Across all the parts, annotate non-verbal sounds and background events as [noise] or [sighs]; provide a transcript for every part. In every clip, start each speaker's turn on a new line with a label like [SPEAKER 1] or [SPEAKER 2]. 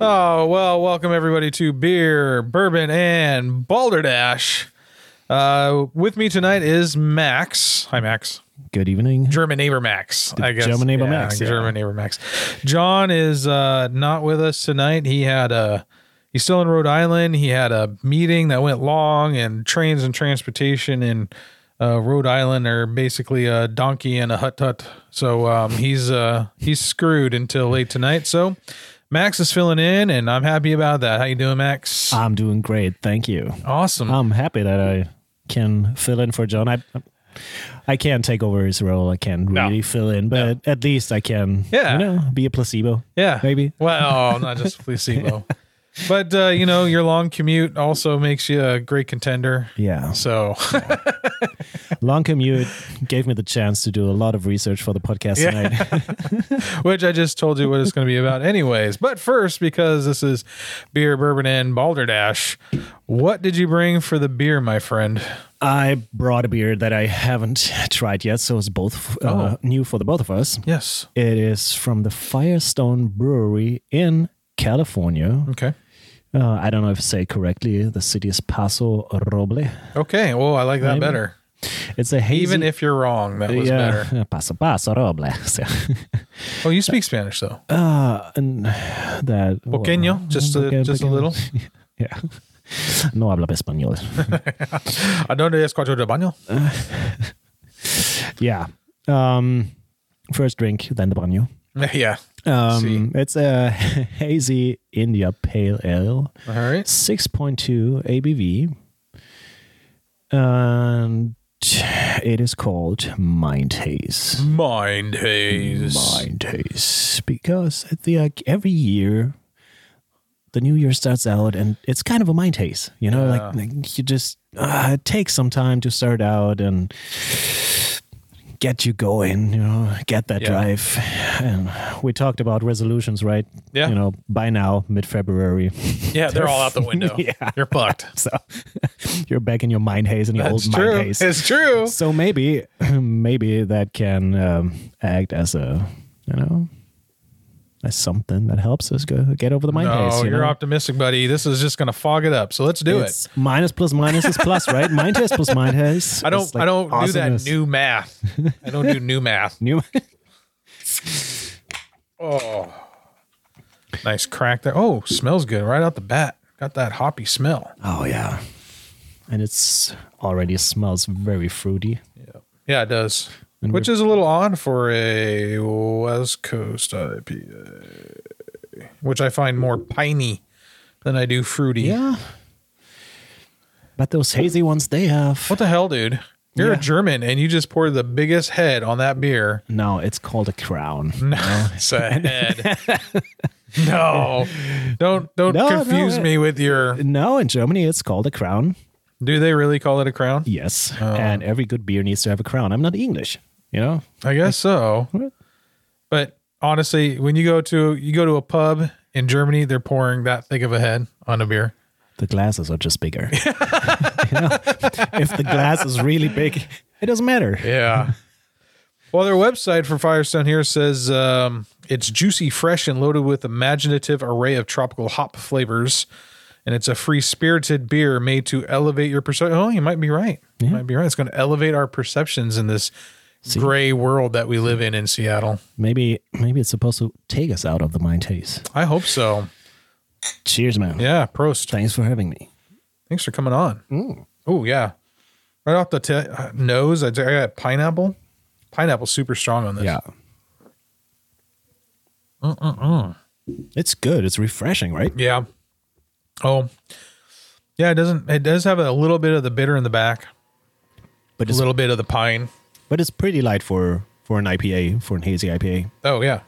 [SPEAKER 1] Oh, well, welcome everybody to Beer, Bourbon, and Balderdash. Uh, with me tonight is Max. Hi, Max.
[SPEAKER 2] Good evening.
[SPEAKER 1] German neighbor Max, I guess.
[SPEAKER 2] German neighbor Max, yeah.
[SPEAKER 1] German neighbor Max. John is uh, not with us tonight. He had a. He's still in Rhode Island. He had a meeting that went long, and trains and transportation in uh, Rhode Island are basically a donkey and a hut hut. So um, he's uh, he's screwed until late tonight. So Max is filling in, and I'm happy about that. How you doing, Max?
[SPEAKER 2] I'm doing great. Thank you.
[SPEAKER 1] awesome.
[SPEAKER 2] I'm happy that I can fill in for John. I I can't take over his role. I can't really fill in, but at least I can
[SPEAKER 1] Yeah.
[SPEAKER 2] you know, be a placebo.
[SPEAKER 1] Yeah.
[SPEAKER 2] Maybe. [laughs]
[SPEAKER 1] Well, not just placebo. But uh, you know, your long commute also makes you a great contender.
[SPEAKER 2] Yeah.
[SPEAKER 1] So [laughs]
[SPEAKER 2] Long commute gave me the chance to do a lot of research for the podcast
[SPEAKER 1] [laughs]
[SPEAKER 2] tonight.
[SPEAKER 1] which I just told you what it's gonna be about anyways. But first, because this is beer, bourbon, and balderdash, what did you bring for the beer, my friend?
[SPEAKER 2] I brought a beer that I haven't [laughs] tried yet, so it's both
[SPEAKER 1] Oh.
[SPEAKER 2] uh, new for the both of us.
[SPEAKER 1] Yes.
[SPEAKER 2] It is from the Firestone Brewery in California.
[SPEAKER 1] Okay.
[SPEAKER 2] Uh, I don't know if I say it correctly. The city is Paso Roble.
[SPEAKER 1] Okay. Well, I like that
[SPEAKER 2] Maybe.
[SPEAKER 1] better.
[SPEAKER 2] It's a hazy.
[SPEAKER 1] Even if you're wrong, that was better.
[SPEAKER 2] [laughs] Paso Paso Roble. [laughs] So,
[SPEAKER 1] Oh, you speak Spanish
[SPEAKER 2] [laughs]
[SPEAKER 1] though.
[SPEAKER 2] uh, and that.
[SPEAKER 1] Pequeño, just a-
[SPEAKER 2] Pequeño,
[SPEAKER 1] just a
[SPEAKER 2] pequeño.
[SPEAKER 1] little.
[SPEAKER 2] yeah. [laughs] No habla español.
[SPEAKER 1] I don't know cuatro de baño.
[SPEAKER 2] yeah. Um, first drink, then the baño.
[SPEAKER 1] [laughs] Yeah.
[SPEAKER 2] Um, it's a [laughs] hazy India Pale Ale.
[SPEAKER 1] All right.
[SPEAKER 2] 6.2 ABV. And it is called Mind Haze.
[SPEAKER 1] Mind haze.
[SPEAKER 2] Mind Haze. Because at the, like, every year, the new year starts out and it's kind of a mind haze. You know, like, like you just, uh, it takes some time to start out and get you going, you know, get that
[SPEAKER 1] Yeah.
[SPEAKER 2] drive. And we talked about resolutions, right?
[SPEAKER 1] Yeah.
[SPEAKER 2] You know, by now, mid February.
[SPEAKER 1] Yeah, they're all
[SPEAKER 2] [laughs]
[SPEAKER 1] out the window.
[SPEAKER 2] Yeah.
[SPEAKER 1] You're fucked.
[SPEAKER 2] So [laughs] you're back in your mind haze and your
[SPEAKER 1] That's
[SPEAKER 2] old
[SPEAKER 1] true.
[SPEAKER 2] mind haze.
[SPEAKER 1] It's true.
[SPEAKER 2] So maybe, [clears throat] maybe that can um, act as a, you know, as something that helps us go get over the mind
[SPEAKER 1] No,
[SPEAKER 2] haze. you
[SPEAKER 1] you're
[SPEAKER 2] know?
[SPEAKER 1] optimistic, buddy. This is just gonna fog it up. So let's do it.
[SPEAKER 2] It's minus plus minus is plus,
[SPEAKER 1] [laughs]
[SPEAKER 2] right? Mind haze plus mind haze.
[SPEAKER 1] I don't.
[SPEAKER 2] is like
[SPEAKER 1] I don't
[SPEAKER 2] awesomeness.
[SPEAKER 1] do that new math. I don't do new
[SPEAKER 2] [laughs]
[SPEAKER 1] math.
[SPEAKER 2] new.
[SPEAKER 1] Oh, nice crack there. Oh, smells good right out the bat. Got that hoppy smell.
[SPEAKER 2] oh yeah, and it's already smells very fruity.
[SPEAKER 1] Yeah, it does.
[SPEAKER 2] And
[SPEAKER 1] Which is a little odd for a West Coast IPA, which I find more piney than I do fruity.
[SPEAKER 2] Yeah. But those hazy ones, they have.
[SPEAKER 1] What the hell, dude? You're a
[SPEAKER 2] Yeah.
[SPEAKER 1] German and you just poured the biggest head on that beer.
[SPEAKER 2] No, it's called a crown.
[SPEAKER 1] No, [laughs] it's a head. no, don't don't
[SPEAKER 2] No, no,
[SPEAKER 1] confuse
[SPEAKER 2] it-
[SPEAKER 1] me with your.
[SPEAKER 2] No, in Germany it's called a crown.
[SPEAKER 1] Do they really call it a crown?
[SPEAKER 2] Yes. And every good beer needs to have a crown. I'm not English, you know?
[SPEAKER 1] I guess so. But honestly, when you go to you go to a pub in Germany, they're pouring that thick of a head on a beer.
[SPEAKER 2] The glasses are just bigger. [laughs] You know? If the glass is really big, it doesn't matter.
[SPEAKER 1] Yeah. [laughs] well, their website for Firestone here says um, it's juicy, fresh, and loaded with imaginative array of tropical hop flavors. And it's a free spirited beer made to elevate your perception. Oh, you might be right. You might be right. It's going to elevate our perceptions in this gray world that we live in in Seattle.
[SPEAKER 2] Maybe maybe it's supposed to take us out of the mind haze.
[SPEAKER 1] I hope so.
[SPEAKER 2] Cheers, man.
[SPEAKER 1] Yeah. Prost.
[SPEAKER 2] Thanks for having me. Mm,
[SPEAKER 1] Thanks for coming on. Oh, yeah. Right off the te- uh, nose, I I got pineapple. Pineapple's super strong on this. Mm,
[SPEAKER 2] It's good. It's refreshing, right?
[SPEAKER 1] Yeah. Oh. Yeah, it doesn't it does have a little bit of the bitter in the back,
[SPEAKER 2] But
[SPEAKER 1] a
[SPEAKER 2] it's
[SPEAKER 1] little bit of the pine.
[SPEAKER 2] but it's pretty light for for an IPA, for an hazy IPA.
[SPEAKER 1] Oh yeah.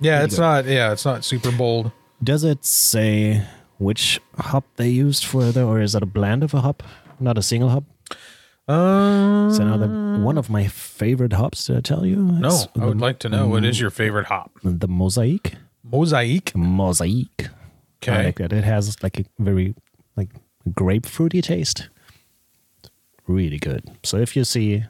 [SPEAKER 1] Yeah, it's not yeah, it's not super bold.
[SPEAKER 2] Does it say which hop they used for the, or is that a blend of a hop, not a single hop?
[SPEAKER 1] Um
[SPEAKER 2] It's another one of my favorite hops. Did I tell you?
[SPEAKER 1] no,
[SPEAKER 2] It's
[SPEAKER 1] I would like to know what is your favorite hop?
[SPEAKER 2] the mosaic.
[SPEAKER 1] Mosaic.
[SPEAKER 2] Mosaic. I
[SPEAKER 1] Okay.
[SPEAKER 2] like that. It has like a very like grapefruity taste. Really good. So if you see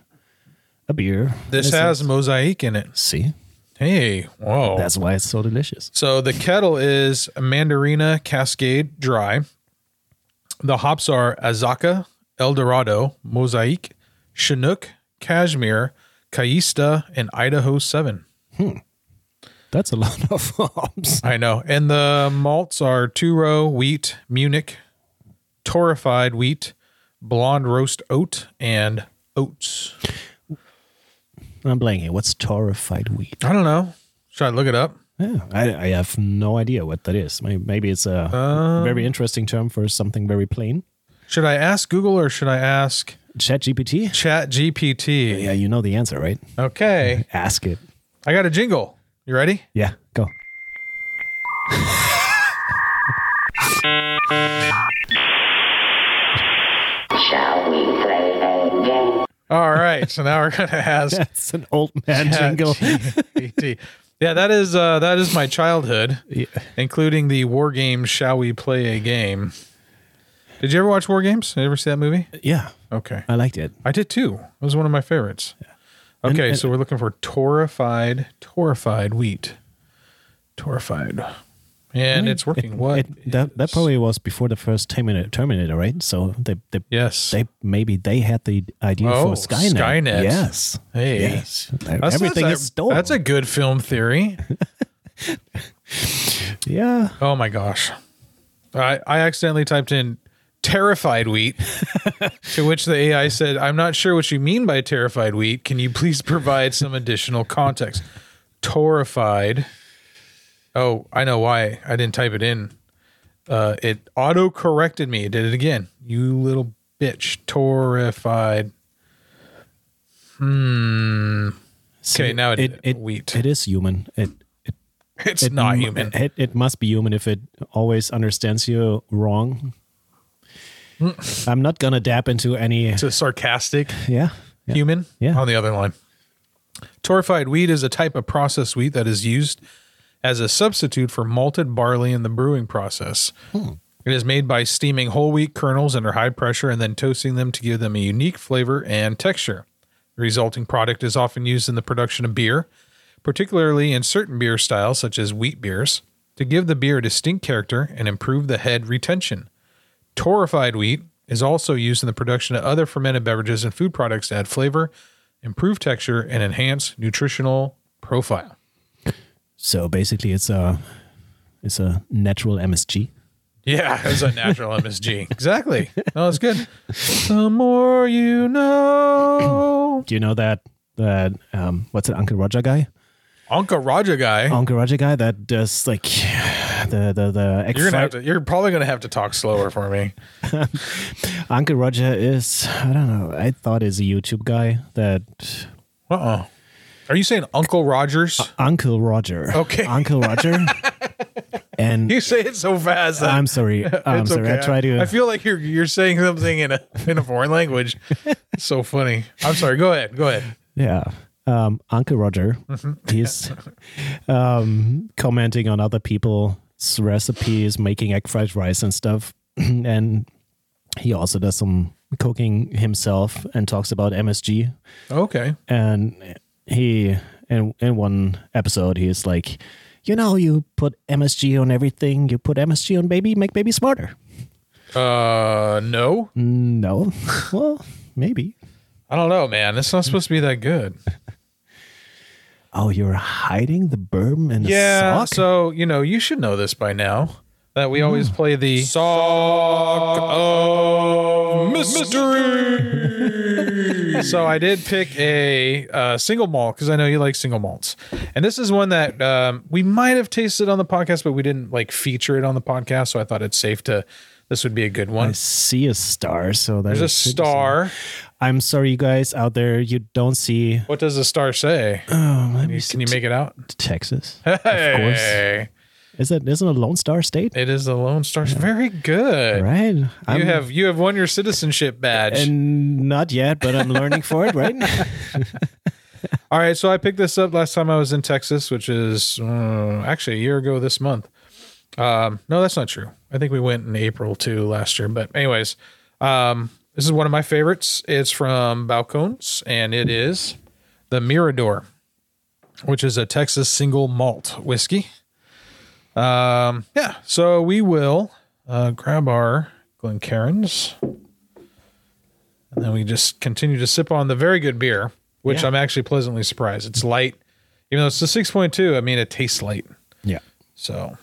[SPEAKER 2] a beer,
[SPEAKER 1] This
[SPEAKER 2] listen-
[SPEAKER 1] has mosaic in it.
[SPEAKER 2] see
[SPEAKER 1] Hey, whoa.
[SPEAKER 2] That's why it's so delicious.
[SPEAKER 1] So the kettle is Mandarina Cascade Dry. The hops are Azaka, Eldorado, Mosaic, Chinook, Cashmere, Cayista, and Idaho 7.
[SPEAKER 2] That's a lot [laughs] of hops.
[SPEAKER 1] I know. And the malts are two row wheat, Munich, torrefied wheat, blonde roast oat, and oats.
[SPEAKER 2] I'm blanking. What's torrefied wheat?
[SPEAKER 1] I don't know. Should I look it up?
[SPEAKER 2] Yeah, I, I have no idea what that is. May- Maybe it's a
[SPEAKER 1] Um,
[SPEAKER 2] very interesting term for something very plain.
[SPEAKER 1] Should I ask Google or should I ask
[SPEAKER 2] Chat GPT?
[SPEAKER 1] Chat GPT?
[SPEAKER 2] Yeah, you know the answer, right?
[SPEAKER 1] Okay.
[SPEAKER 2] Ask it.
[SPEAKER 1] I got a jingle. You ready?
[SPEAKER 2] Yeah, go. [laughs]
[SPEAKER 3] Shall we play a game?
[SPEAKER 1] All right. So now we're gonna [laughs] ask
[SPEAKER 2] That's an old man jingle.
[SPEAKER 1] ChatGPT. Yeah, that is uh, that is my childhood, including the war game. Shall we play a game? Did you ever watch War Games? Did you ever see that movie?
[SPEAKER 2] Yeah,
[SPEAKER 1] Okay,
[SPEAKER 2] I liked it.
[SPEAKER 1] I did too. It was one of my favorites. Okay,
[SPEAKER 2] and-
[SPEAKER 1] so we're looking for torrified, torrified wheat, torrified, and it's working.
[SPEAKER 2] [laughs] It-
[SPEAKER 1] what?
[SPEAKER 2] it- that, that
[SPEAKER 1] is-
[SPEAKER 2] probably was before the first Terminator, Terminator right? So they, they,
[SPEAKER 1] Yes.
[SPEAKER 2] they maybe they had the idea
[SPEAKER 1] Oh,
[SPEAKER 2] for Skynet.
[SPEAKER 1] Skynet.
[SPEAKER 2] Yes.
[SPEAKER 1] Hey.
[SPEAKER 2] Yes.
[SPEAKER 1] That's-
[SPEAKER 2] Everything
[SPEAKER 1] that's
[SPEAKER 2] is
[SPEAKER 1] a-
[SPEAKER 2] stolen.
[SPEAKER 1] That's a good film theory.
[SPEAKER 2] yeah.
[SPEAKER 1] Oh my gosh. I, I accidentally typed in terrified wheat, to which the AI said, I'm not sure what you mean by terrified wheat. Can you please provide some additional context? Torrified. Oh, I know why I didn't type it in. Uh, it auto corrected me. It did it again. You little bitch. Torrified.
[SPEAKER 2] So
[SPEAKER 1] Okay, now it-
[SPEAKER 2] it,
[SPEAKER 1] wheat.
[SPEAKER 2] It is human. It, it
[SPEAKER 1] It's
[SPEAKER 2] it
[SPEAKER 1] not
[SPEAKER 2] mu-
[SPEAKER 1] human.
[SPEAKER 2] It, it must be human if it always understands you wrong. I'm not gonna dab into any.
[SPEAKER 1] It's a sarcastic.
[SPEAKER 2] Yeah, yeah.
[SPEAKER 1] human
[SPEAKER 2] Yeah.
[SPEAKER 1] on the other line. Torrified wheat is a type of processed wheat that is used as a substitute for malted barley in the brewing process.
[SPEAKER 2] Hmm.
[SPEAKER 1] It is made by steaming whole wheat kernels under high pressure and then toasting them to give them a unique flavor and texture. The resulting product is often used in the production of beer, particularly in certain beer styles such as wheat beers, to give the beer a distinct character and improve the head retention. Torrified wheat is also used in the production of other fermented beverages and food products to add flavor, improve texture, and enhance nutritional profile.
[SPEAKER 2] So basically, it's a it's a natural MSG.
[SPEAKER 1] Yeah, [laughs] it's a natural MSG. Exactly. No, it's good. The more you know.
[SPEAKER 2] Do you know that that um what's it Uncle Roger guy?
[SPEAKER 1] Uncle Roger guy.
[SPEAKER 2] Uncle Roger guy that does like [sighs] the the the egg
[SPEAKER 1] You're gonna have to.
[SPEAKER 2] fried-
[SPEAKER 1] You're probably gonna have to talk slower for me.
[SPEAKER 2] Uncle Roger is I don't know. I thought is a YouTube guy that
[SPEAKER 1] Uh oh. Are you saying Uncle Rogers?
[SPEAKER 2] Uncle Roger.
[SPEAKER 1] Okay.
[SPEAKER 2] Uncle Roger. and
[SPEAKER 1] [laughs] You say it so fast. That
[SPEAKER 2] I'm
[SPEAKER 1] [laughs]
[SPEAKER 2] sorry. I'm
[SPEAKER 1] it's
[SPEAKER 2] sorry. I
[SPEAKER 1] okay.
[SPEAKER 2] try to.
[SPEAKER 1] Uh, I uh, feel like you're you're saying something in a in a foreign [laughs] language. It's so funny. I'm sorry. Go ahead. Go ahead.
[SPEAKER 2] yeah. Um, Uncle Roger.
[SPEAKER 1] Mm-hmm.
[SPEAKER 2] He's [laughs] um, commenting on other people's recipes, making egg fried rice and stuff, [clears throat] and he also does some cooking himself and talks about MSG
[SPEAKER 1] Okay.
[SPEAKER 2] and he in in one episode he's like you know you put msg on everything you put msg on baby make baby smarter Mm,
[SPEAKER 1] Uh, no.
[SPEAKER 2] no [laughs] well maybe
[SPEAKER 1] I don't know, man. It's not supposed to be that good.
[SPEAKER 2] oh you're hiding the berm in the
[SPEAKER 1] Yeah.
[SPEAKER 2] sock
[SPEAKER 1] So you know, you should know this by now that we always play the Mm-hmm. sock of mystery. so I did pick a uh, single malt because I know you like single malts, and this is one that um, we might have tasted on the podcast, but we didn't like feature it on the podcast. So I thought it's safe to. This would be a good
[SPEAKER 2] I
[SPEAKER 1] one.
[SPEAKER 2] see a star so
[SPEAKER 1] There's a star.
[SPEAKER 2] i'm sorry you guys out there you don't see
[SPEAKER 1] What does the star say?
[SPEAKER 2] oh let me
[SPEAKER 1] Can you make it out?
[SPEAKER 2] see. texas
[SPEAKER 1] Hey.
[SPEAKER 2] is that isn't it a lone star state
[SPEAKER 1] It is the Lone Star. Very good.
[SPEAKER 2] right you
[SPEAKER 1] You have you have won your citizenship badge.
[SPEAKER 2] and not yet but i'm learning for
[SPEAKER 1] [laughs]
[SPEAKER 2] it right
[SPEAKER 1] All right, so I picked this up last time I was in Texas, which is uh, actually a year ago this month. Um, no, that's not true. I think we went in April too last year. But anyways, um, this is one of my favorites. It's from Balcones, and it is the Mirador. which is a Texas single malt whiskey. Um, yeah, so we will uh, grab our Glencairns, and then we just continue to sip on the very good beer, which
[SPEAKER 2] Yeah.
[SPEAKER 1] I'm actually pleasantly surprised. It's light, even though it's a 6.2. I mean, it tastes light,
[SPEAKER 2] Yeah.
[SPEAKER 1] so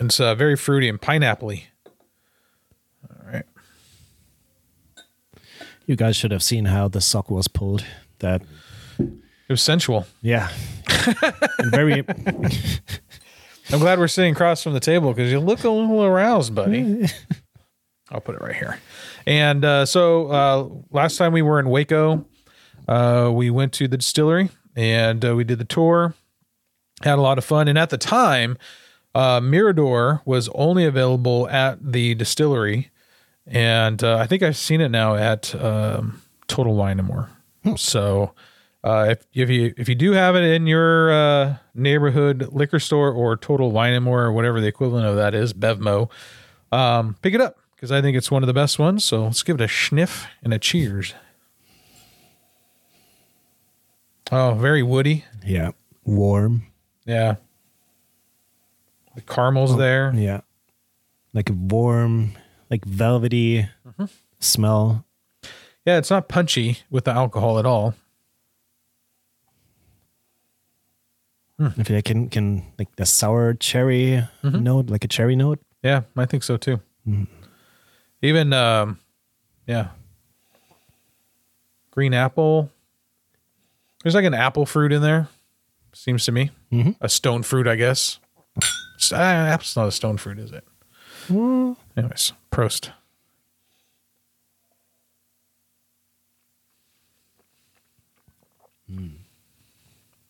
[SPEAKER 1] it's uh, very fruity and pineappley. All right,
[SPEAKER 2] You guys should have seen how the sock was pulled. That
[SPEAKER 1] it was sensual.
[SPEAKER 2] yeah.
[SPEAKER 1] [laughs]
[SPEAKER 2] And very
[SPEAKER 1] I'm glad we're sitting across from the table because you look a little aroused, buddy. I'll put it right here. And uh, so uh, last time we were in Waco, uh, we went to the distillery and uh, we did the tour, had a lot of fun. And at the time, uh, Mirador was only available at the distillery. And uh, I think I've seen it now at um, Total Wine and More. So uh, if, if you if you do have it in your uh, neighborhood liquor store or Total Wine and More or whatever the equivalent of that is, Bevmo, um, pick it up because I think it's one of the best ones. So let's give it a sniff and a cheers. Oh, very woody.
[SPEAKER 2] yeah, warm.
[SPEAKER 1] Yeah. The caramel's there.
[SPEAKER 2] Yeah. Like a warm, like velvety
[SPEAKER 1] Mm-hmm.
[SPEAKER 2] smell.
[SPEAKER 1] Yeah, it's not punchy with the alcohol at all.
[SPEAKER 2] If I can can like the sour cherry
[SPEAKER 1] Mm-hmm.
[SPEAKER 2] note, like a cherry note.
[SPEAKER 1] Yeah, I think so too. Even um yeah. Green apple. There's like an apple fruit in there. Seems to me.
[SPEAKER 2] Mhm.
[SPEAKER 1] A stone fruit, I guess. S- ah, apple's not a stone fruit, is it? Mm. Anyways, Prost.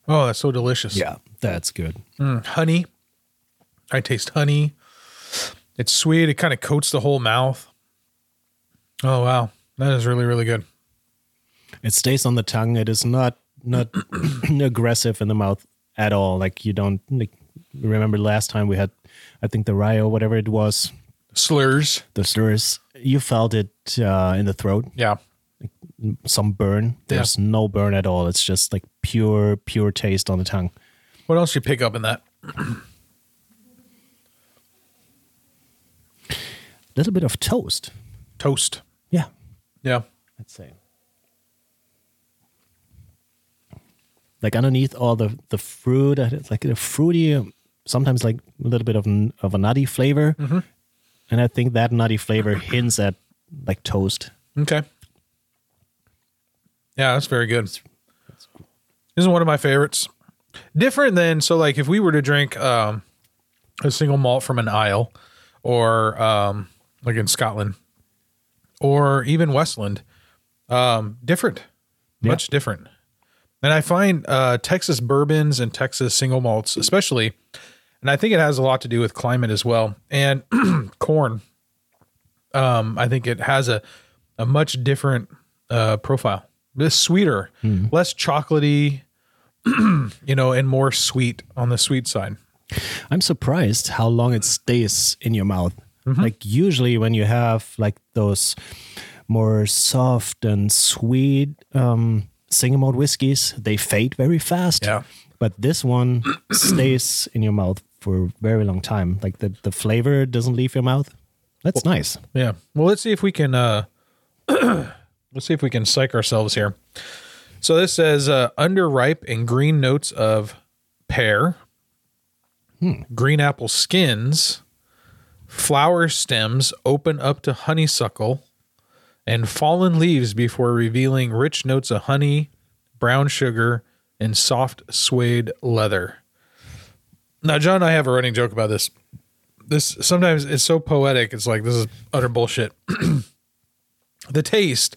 [SPEAKER 1] Oh, that's so delicious.
[SPEAKER 2] Yeah, that's good.
[SPEAKER 1] Mm, honey. I taste honey. It's sweet. It kind of coats the whole mouth. Oh wow, that is really really good.
[SPEAKER 2] It stays on the tongue. It is not not [clears throat] aggressive in the mouth at all. Like you don't like remember last time we had I think the rye or whatever it was,
[SPEAKER 1] Slurs.
[SPEAKER 2] the slurs. You felt it uh, in the throat,
[SPEAKER 1] Yeah.
[SPEAKER 2] some burn. There's no burn at all. It's just like pure, pure taste on the tongue.
[SPEAKER 1] What else you pick up in that?
[SPEAKER 2] little bit of toast.
[SPEAKER 1] Toast.
[SPEAKER 2] Yeah,
[SPEAKER 1] Yeah.
[SPEAKER 2] I'd say. Like underneath all the the fruit, uh, it's like a fruity, um, sometimes like a little bit of n- of a nutty flavor, and I think that nutty flavor hints at like toast.
[SPEAKER 1] Okay. Yeah, that's very good. This is one of my favorites. Different than so like if we were to drink um, a single malt from an isle, or um, like in Scotland, or even Westland, um, different,
[SPEAKER 2] Yeah.
[SPEAKER 1] much different. And I find uh, Texas bourbons and Texas single malts, especially, and I think it has a lot to do with climate as well and [clears throat] corn. Um, I think it has a a much different uh, profile. This sweeter, less chocolatey, [clears throat] you know, and more sweet on the sweet side.
[SPEAKER 2] I'm surprised how long it stays in your mouth.
[SPEAKER 1] Mm-hmm.
[SPEAKER 2] Like usually when you have like those more soft and sweet um, single malt whiskeys, they fade very fast.
[SPEAKER 1] Yeah.
[SPEAKER 2] But
[SPEAKER 1] [clears throat]
[SPEAKER 2] this one stays in your mouth for a very long time. Like the, the flavor doesn't leave your mouth. That's nice.
[SPEAKER 1] Yeah. Well, let's see if we can uh [clears throat] let's see if we can psych ourselves here. So this says uh underripe and green notes of pear, green apple skins, flower stems open up to honeysuckle, and fallen leaves before revealing rich notes of honey, brown sugar, and soft suede leather. Now, John and I have a running joke about this this sometimes it's so poetic. It's like this is utter bullshit. [clears throat] the taste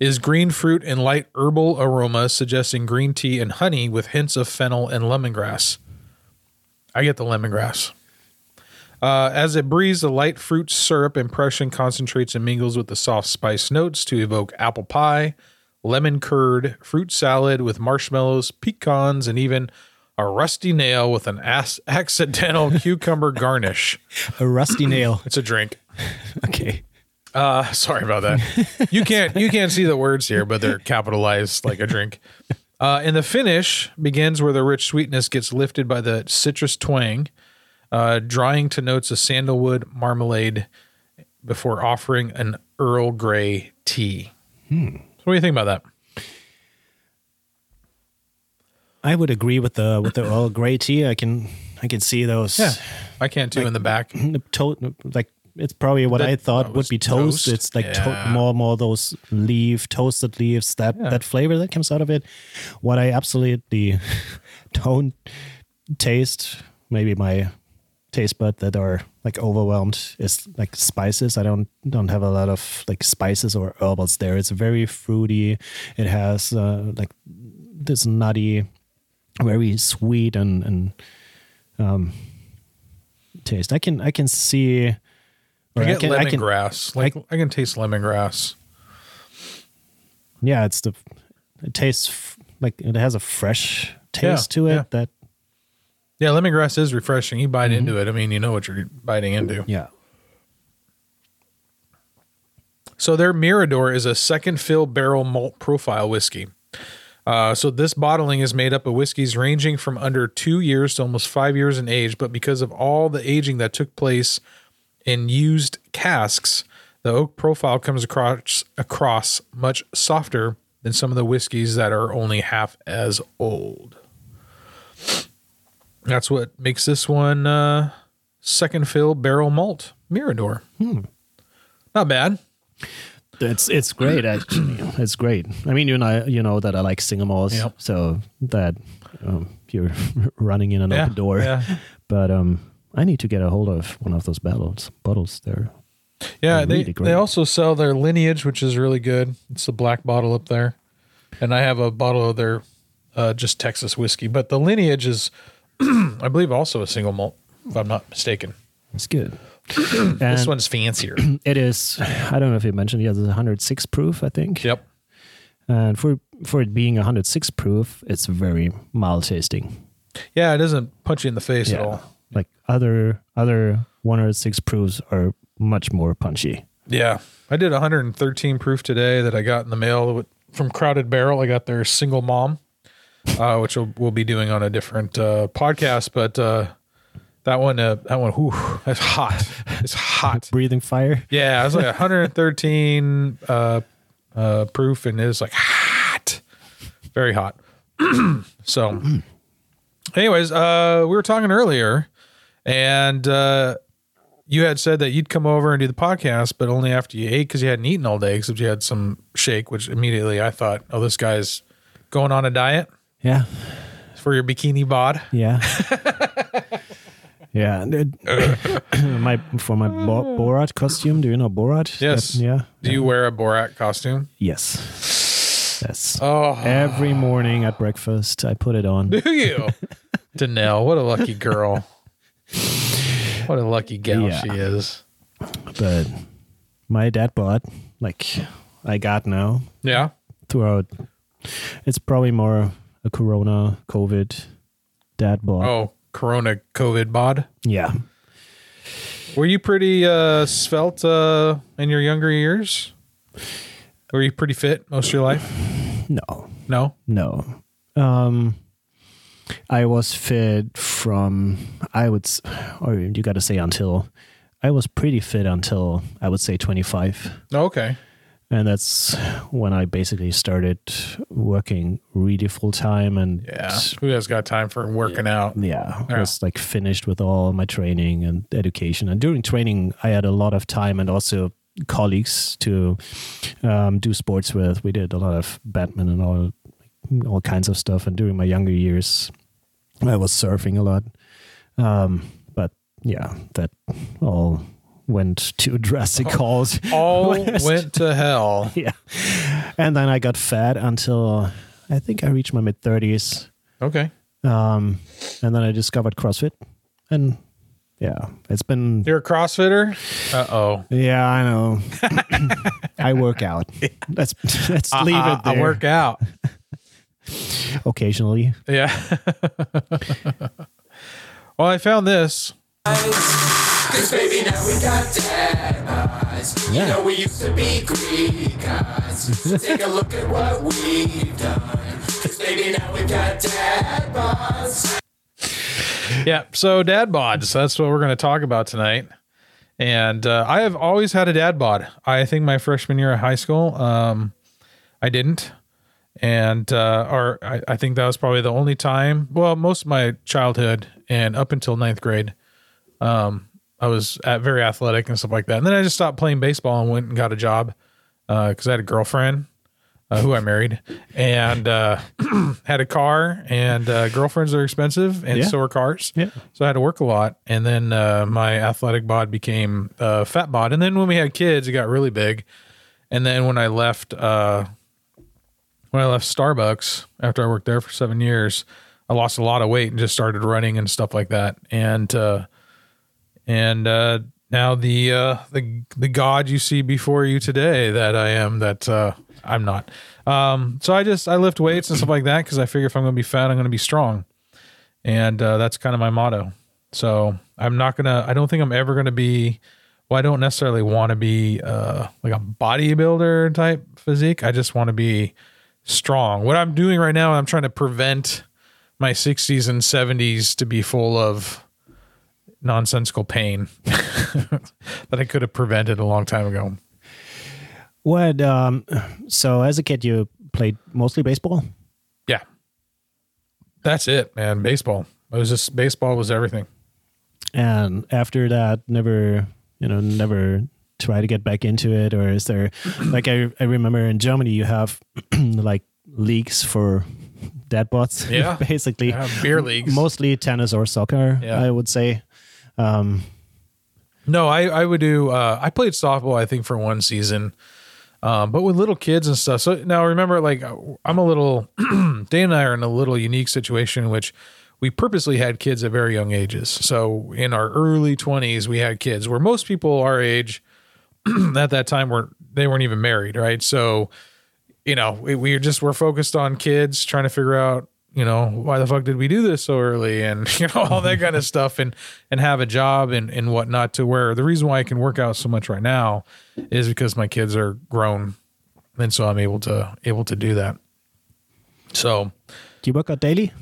[SPEAKER 1] is green fruit and light herbal aroma, suggesting green tea and honey with hints of fennel and lemongrass. I get the lemongrass. Uh, as it breathes, the light fruit syrup impression concentrates and mingles with the soft spice notes to evoke apple pie, lemon curd, fruit salad with marshmallows, pecans, and even a rusty nail with an ac- [laughs] accidental cucumber garnish. [clears throat]
[SPEAKER 2] A rusty nail. [laughs]
[SPEAKER 1] It's a drink.
[SPEAKER 2] Okay.
[SPEAKER 1] Uh, [laughs] sorry about that. You can't you can't see the words here, but they're capitalized like a drink. Uh, and the finish begins where the rich sweetness gets lifted by the citrus twang, uh, drying to notes of sandalwood marmalade before offering an Earl Grey tea. So what do you think about that?
[SPEAKER 2] I would agree with the with the Earl Grey tea. I can I can see those
[SPEAKER 1] Yeah, I can't do in the back.
[SPEAKER 2] toast like it's probably what
[SPEAKER 1] That-
[SPEAKER 2] I
[SPEAKER 1] that
[SPEAKER 2] thought would
[SPEAKER 1] was
[SPEAKER 2] be toast.
[SPEAKER 1] toast.
[SPEAKER 2] It's like
[SPEAKER 1] Yeah.
[SPEAKER 2] to- more more those leaf toasted leaves that that flavor that comes out of it. What I absolutely [laughs] don't taste, maybe my taste bud that are like overwhelmed is like spices. I don't don't have a lot of like spices or herbals there. It's very fruity. It has uh, like this nutty, very sweet and and um, taste. I can I can see. or
[SPEAKER 1] I get
[SPEAKER 2] can- I can-
[SPEAKER 1] lemongrass. like I can taste lemongrass.
[SPEAKER 2] yeah, it's the it tastes f- like it has a fresh taste to it.
[SPEAKER 1] yeah.
[SPEAKER 2] That
[SPEAKER 1] Yeah, lemongrass is refreshing. You bite into it. I mean, you know what you're biting into.
[SPEAKER 2] yeah.
[SPEAKER 1] So their Mirador is a second fill barrel malt profile whiskey. Uh, so this bottling is made up of whiskeys ranging from under two years to almost five years in age, but because of all the aging that took place in used casks, the oak profile comes across across much softer than some of the whiskeys that are only half as old. That's what makes this one uh, second fill barrel malt Mirador. Not bad.
[SPEAKER 2] It's it's great actually. It's great. I mean, you know, you know that I like Singamore's,
[SPEAKER 1] Yep.
[SPEAKER 2] so that um, you're [laughs] running in an
[SPEAKER 1] Yeah,
[SPEAKER 2] open door.
[SPEAKER 1] yeah.
[SPEAKER 2] [laughs] But um, I need to get a hold of one of those bottles. Bottles there.
[SPEAKER 1] Yeah, they,
[SPEAKER 2] really great.
[SPEAKER 1] they also sell their lineage, which is really good. It's the black bottle up there. And I have a bottle of their uh, just Texas whiskey. But the lineage is, [clears throat] I believe, also a single malt, if I'm not mistaken.
[SPEAKER 2] It's good.
[SPEAKER 1] This
[SPEAKER 2] And
[SPEAKER 1] one's
[SPEAKER 2] [clears throat]
[SPEAKER 1] fancier.
[SPEAKER 2] it is. I don't know if you mentioned. Yeah, it's 106 proof. I think.
[SPEAKER 1] yep.
[SPEAKER 2] And for for it being 106 proof, it's very mild tasting.
[SPEAKER 1] Yeah, it doesn't punch you in the face at
[SPEAKER 2] Yeah.
[SPEAKER 1] all.
[SPEAKER 2] Like other other 106 proofs are much more punchy.
[SPEAKER 1] Yeah. I did 113 proof today that I got in the mail with- from Crowded Barrel. I got their single mom, uh, which we'll, we'll be doing on a different uh, podcast. But uh, that one, uh, that one, whew, [laughs] that's hot. It's hot.
[SPEAKER 2] Breathing fire.
[SPEAKER 1] Yeah, I was like 113 uh, uh, proof, and it was like hot, very hot. [clears throat] so, anyways, uh, we were talking earlier, and uh, you had said that you'd come over and do the podcast, but only after you ate because you hadn't eaten all day, except you had some shake, which immediately I thought, oh, this guy's going on a diet
[SPEAKER 2] Yeah.
[SPEAKER 1] for your bikini bod.
[SPEAKER 2] [laughs] Yeah. yeah. and it- [coughs] my for my Bo- Borat costume. Do you know Borat?
[SPEAKER 1] Yes.
[SPEAKER 2] That- yeah.
[SPEAKER 1] Do you wear a Borat costume?
[SPEAKER 2] Yes. Yes.
[SPEAKER 1] Oh,
[SPEAKER 2] Every morning at breakfast, I put it [laughs] on.
[SPEAKER 1] Do you? [laughs] Danelle, what a lucky girl. What a lucky gal
[SPEAKER 2] Yeah.
[SPEAKER 1] she is.
[SPEAKER 2] But my dad bought like I got now
[SPEAKER 1] Yeah.
[SPEAKER 2] throughout. It's probably more a Corona COVID dad bought.
[SPEAKER 1] Oh, Corona COVID bod.
[SPEAKER 2] Yeah.
[SPEAKER 1] Were you pretty uh, svelte uh, in your younger years? Were you pretty fit most of your life?
[SPEAKER 2] No.
[SPEAKER 1] No.
[SPEAKER 2] No. Um I was fit from I would s- or you got to say until I was pretty fit until I would say 25
[SPEAKER 1] Oh, okay.
[SPEAKER 2] and that's when I basically started working really full time and
[SPEAKER 1] Yeah. Who has got time for working out?
[SPEAKER 2] yeah,
[SPEAKER 1] Yeah.
[SPEAKER 2] was like finished with all my training and education. And during training, I had a lot of time and also colleagues to um, do sports with. We did a lot of badminton and all all kinds of stuff. And during my younger years, I was surfing a lot. Um, but yeah, that all went to [laughs] drastic calls.
[SPEAKER 1] Oh,
[SPEAKER 2] [laughs]
[SPEAKER 1] All went to hell.
[SPEAKER 2] yeah, and then I got fat until I think I reached my mid thirties
[SPEAKER 1] Okay.
[SPEAKER 2] um, and then I discovered CrossFit, and yeah, it's been
[SPEAKER 1] You're a CrossFitter? Uh oh.
[SPEAKER 2] yeah, I
[SPEAKER 1] [laughs]
[SPEAKER 2] know. I work out. Let's let's leave it
[SPEAKER 1] Uh-huh, I
[SPEAKER 2] there.
[SPEAKER 1] work out.
[SPEAKER 2] occasionally.
[SPEAKER 1] Yeah. well, I found this.
[SPEAKER 4] Cause baby now we got dead eyes You know we used to be Greek guys Take a look at what we've done 'Cause baby, now we got dad bods.
[SPEAKER 1] yeah. So dad bods. That's what we're going to talk about tonight. And uh, I have always had a dad bod. I think my freshman year of high school, um, I didn't, and uh, or I, I think that was probably the only time. Well, most of my childhood and up until ninth grade, um, I was at very athletic and stuff like that. And then I just stopped playing baseball and went and got a job because I had a girlfriend uh, who I married and uh, [clears throat] had a car, and uh, girlfriends are expensive, and
[SPEAKER 2] Yeah.
[SPEAKER 1] so are cars.
[SPEAKER 2] Yeah.
[SPEAKER 1] So I had to work a lot. And then uh, my athletic bod became uh, fat bod. And then when we had kids, it got really big. And then when I left, uh, when I left Starbucks after I worked there for seven years, I lost a lot of weight and just started running and stuff like that. And uh, and uh, now the uh, the the god you see before you today that I am that uh, I'm not. Um, so I just I lift weights and stuff like that because I figure if I'm going to be fat, I'm going to be strong, and uh, that's kind of my motto. So I'm not gonna. I don't think I'm ever gonna be. Well, I don't necessarily want to be uh, like a bodybuilder type physique. I just want to be strong. What I'm doing right now, I'm trying to prevent my 60s and 70s to be full of nonsensical pain [laughs] that I could have prevented a long time ago.
[SPEAKER 2] What? Um, so as a kid, you played mostly baseball.
[SPEAKER 1] Yeah. That's it, man. Baseball. It was just baseball was everything.
[SPEAKER 2] and after that never you know never try to get back into it or is there like I, I remember in germany you have [clears throat] like leagues for dead bots
[SPEAKER 1] Yeah.
[SPEAKER 2] [laughs] basically
[SPEAKER 1] Yeah, beer leagues.
[SPEAKER 2] mostly tennis or soccer
[SPEAKER 1] Yeah.
[SPEAKER 2] i would say um
[SPEAKER 1] No, I, I would do. Uh, I played softball, I think, for one season, um, but with little kids and stuff. So now remember, like, uh, I'm a little, [clears throat] Dan and I are in a little unique situation, in which we purposely had kids at very young ages. So in our early 20s, we had kids where most people our age [clears throat] at that time were they weren't even married, right? So, you know, we, we just were focused on kids trying to figure out, you know, why the fuck did we do this so early and [laughs] you know, all that kind of stuff and and have a job and, and whatnot to where the reason why I can work out so much right now is because my kids are grown and so I'm able to able to do that. So
[SPEAKER 2] do you work out daily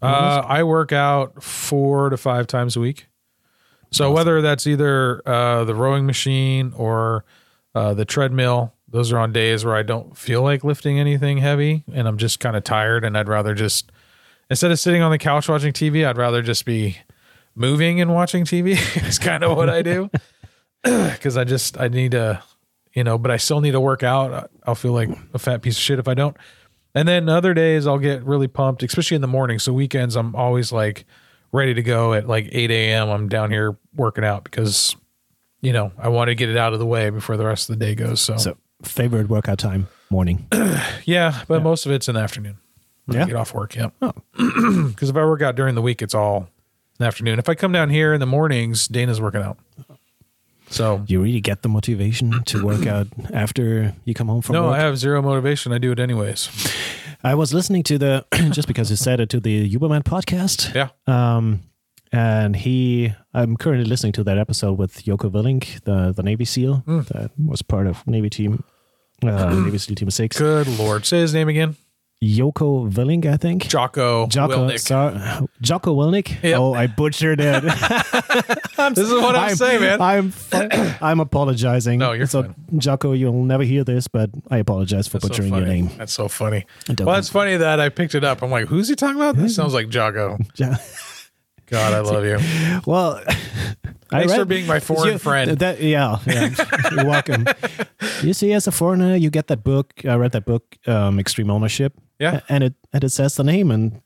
[SPEAKER 1] uh, I work out four to five times a week. So whether that's either uh, the rowing machine or uh, the treadmill, those are on days where I don't feel like lifting anything heavy and I'm just kind of tired and I'd rather just instead of sitting on the couch watching TV, I'd rather just be moving and watching TV. [laughs] It's kind of what I do [clears throat] because I just I need to, you know, but I still need to work out. I'll feel like a fat piece of shit if I don't. And then other days I'll get really pumped, especially in the morning. So weekends I'm always like ready to go at like 8 a.m. I'm down here working out because, you know, I want to get it out of the way before the rest of the day goes. So,
[SPEAKER 2] so favorite workout time morning
[SPEAKER 1] yeah, but most of it's in the afternoon. When I
[SPEAKER 2] Yeah? Oh.
[SPEAKER 1] get off work. Yeah. [clears throat] Because if I work out during the week, it's all in the afternoon. If I come down here in the mornings, Dana's working out. So
[SPEAKER 2] you really get the motivation to work out after you come home from
[SPEAKER 1] no,
[SPEAKER 2] work
[SPEAKER 1] I have zero motivation. I do it anyways.
[SPEAKER 2] I was listening to the [clears throat] just because you said it to the Uberman podcast.
[SPEAKER 1] Yeah.
[SPEAKER 2] Um, and he, I'm currently listening to that episode with Joko Willink, the the Navy SEAL
[SPEAKER 1] Hmm.
[SPEAKER 2] that was part of Navy Team, uh, Navy SEAL Team Six.
[SPEAKER 1] Good Lord. Say his name again.
[SPEAKER 2] Joko Willink, I think.
[SPEAKER 1] Jocko.
[SPEAKER 2] Jocko,
[SPEAKER 1] Willink.
[SPEAKER 2] sorry, Jocko Willink.
[SPEAKER 1] Yep.
[SPEAKER 2] Oh, I butchered
[SPEAKER 1] [laughs]
[SPEAKER 2] it. [laughs]
[SPEAKER 1] This is what I'm saying, man. [clears throat]
[SPEAKER 2] I'm fu- I'm apologizing.
[SPEAKER 1] No, you're
[SPEAKER 2] so
[SPEAKER 1] fine.
[SPEAKER 2] Jocko. You'll never hear this, but I apologize for
[SPEAKER 1] That's so
[SPEAKER 2] butchering your
[SPEAKER 1] funny.
[SPEAKER 2] name. [laughs]
[SPEAKER 1] That's so funny.
[SPEAKER 2] don't
[SPEAKER 1] Well, it's funny that I picked it up. I'm like, who's he talking about? This sounds like Jago.
[SPEAKER 2] Ja-
[SPEAKER 1] God, I
[SPEAKER 2] [laughs]
[SPEAKER 1] love you.
[SPEAKER 2] Well, I
[SPEAKER 1] Thanks for
[SPEAKER 2] read-
[SPEAKER 1] being
[SPEAKER 2] [laughs]
[SPEAKER 1] my foreign
[SPEAKER 2] You-
[SPEAKER 1] friend. Uh,
[SPEAKER 2] That, yeah, yeah.
[SPEAKER 1] [laughs]
[SPEAKER 2] you're welcome. You see, as a foreigner, you get that book. I read that book, um, Extreme Ownership.
[SPEAKER 1] Yeah.
[SPEAKER 2] and it and it says the name, and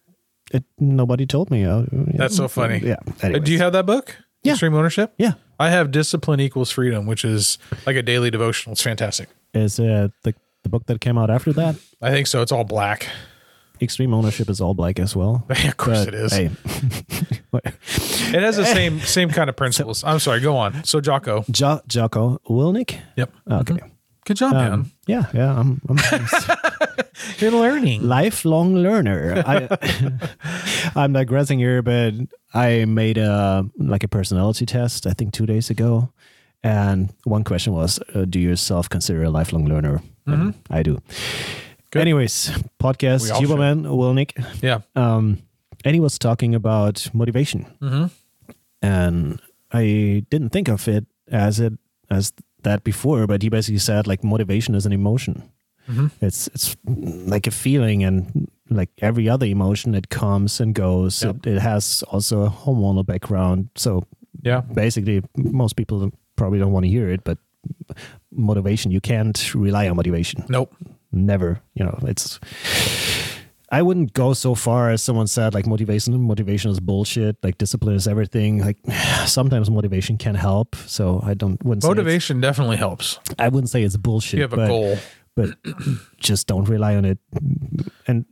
[SPEAKER 2] it nobody told me. Uh,
[SPEAKER 1] That's so funny.
[SPEAKER 2] Yeah.
[SPEAKER 1] Uh,
[SPEAKER 2] anyways.
[SPEAKER 1] Do you have that book?
[SPEAKER 2] Yeah.
[SPEAKER 1] Extreme Ownership?
[SPEAKER 2] yeah.
[SPEAKER 1] I have Discipline Equals Freedom, which is like a daily devotional. It's fantastic.
[SPEAKER 2] Is uh, the the book that came out after that?
[SPEAKER 1] I think so. It's all black. [laughs]
[SPEAKER 2] Extreme Ownership is all black as well.
[SPEAKER 1] of course it
[SPEAKER 2] But,
[SPEAKER 1] is.
[SPEAKER 2] Hey, [laughs]
[SPEAKER 1] It has the same same kind of principles. I'm sorry, go on. So Jocko.
[SPEAKER 2] jo- Jocko Wilnick.
[SPEAKER 1] Yep.
[SPEAKER 2] Okay.
[SPEAKER 1] Good job, man.
[SPEAKER 2] Mm-hmm. Um, yeah, yeah. I'm, I'm
[SPEAKER 1] [laughs] You're learning.
[SPEAKER 2] lifelong learner.
[SPEAKER 1] [laughs]
[SPEAKER 2] I, I'm digressing here, but I made a like a personality test. I think two days ago, and one question was, uh, "Do you yourself consider a lifelong learner?" And I do.
[SPEAKER 1] Mm-hmm. Good.
[SPEAKER 2] Anyways, podcast
[SPEAKER 1] We all
[SPEAKER 2] Huberman Wilnick,
[SPEAKER 1] Yeah.
[SPEAKER 2] um, and he was talking about motivation,
[SPEAKER 1] Mhm.
[SPEAKER 2] and I didn't think of it as it as that before, but he basically said like motivation is an emotion.
[SPEAKER 1] Mhm.
[SPEAKER 2] It's it's like a feeling, and like every other emotion, it comes and goes.
[SPEAKER 1] Yep.
[SPEAKER 2] It, it has also a hormonal background, so
[SPEAKER 1] Yeah.
[SPEAKER 2] basically most people probably don't want to hear it but motivation you can't rely on motivation
[SPEAKER 1] Nope.
[SPEAKER 2] never you know it's i wouldn't go so far as someone said like motivation motivation is bullshit like discipline is everything like [sighs] sometimes motivation can help so i don't wouldn't
[SPEAKER 1] Motivation definitely helps.
[SPEAKER 2] say it's, i wouldn't say it's bullshit
[SPEAKER 1] You have a
[SPEAKER 2] but,
[SPEAKER 1] goal.
[SPEAKER 2] but [clears throat] just don't rely on it and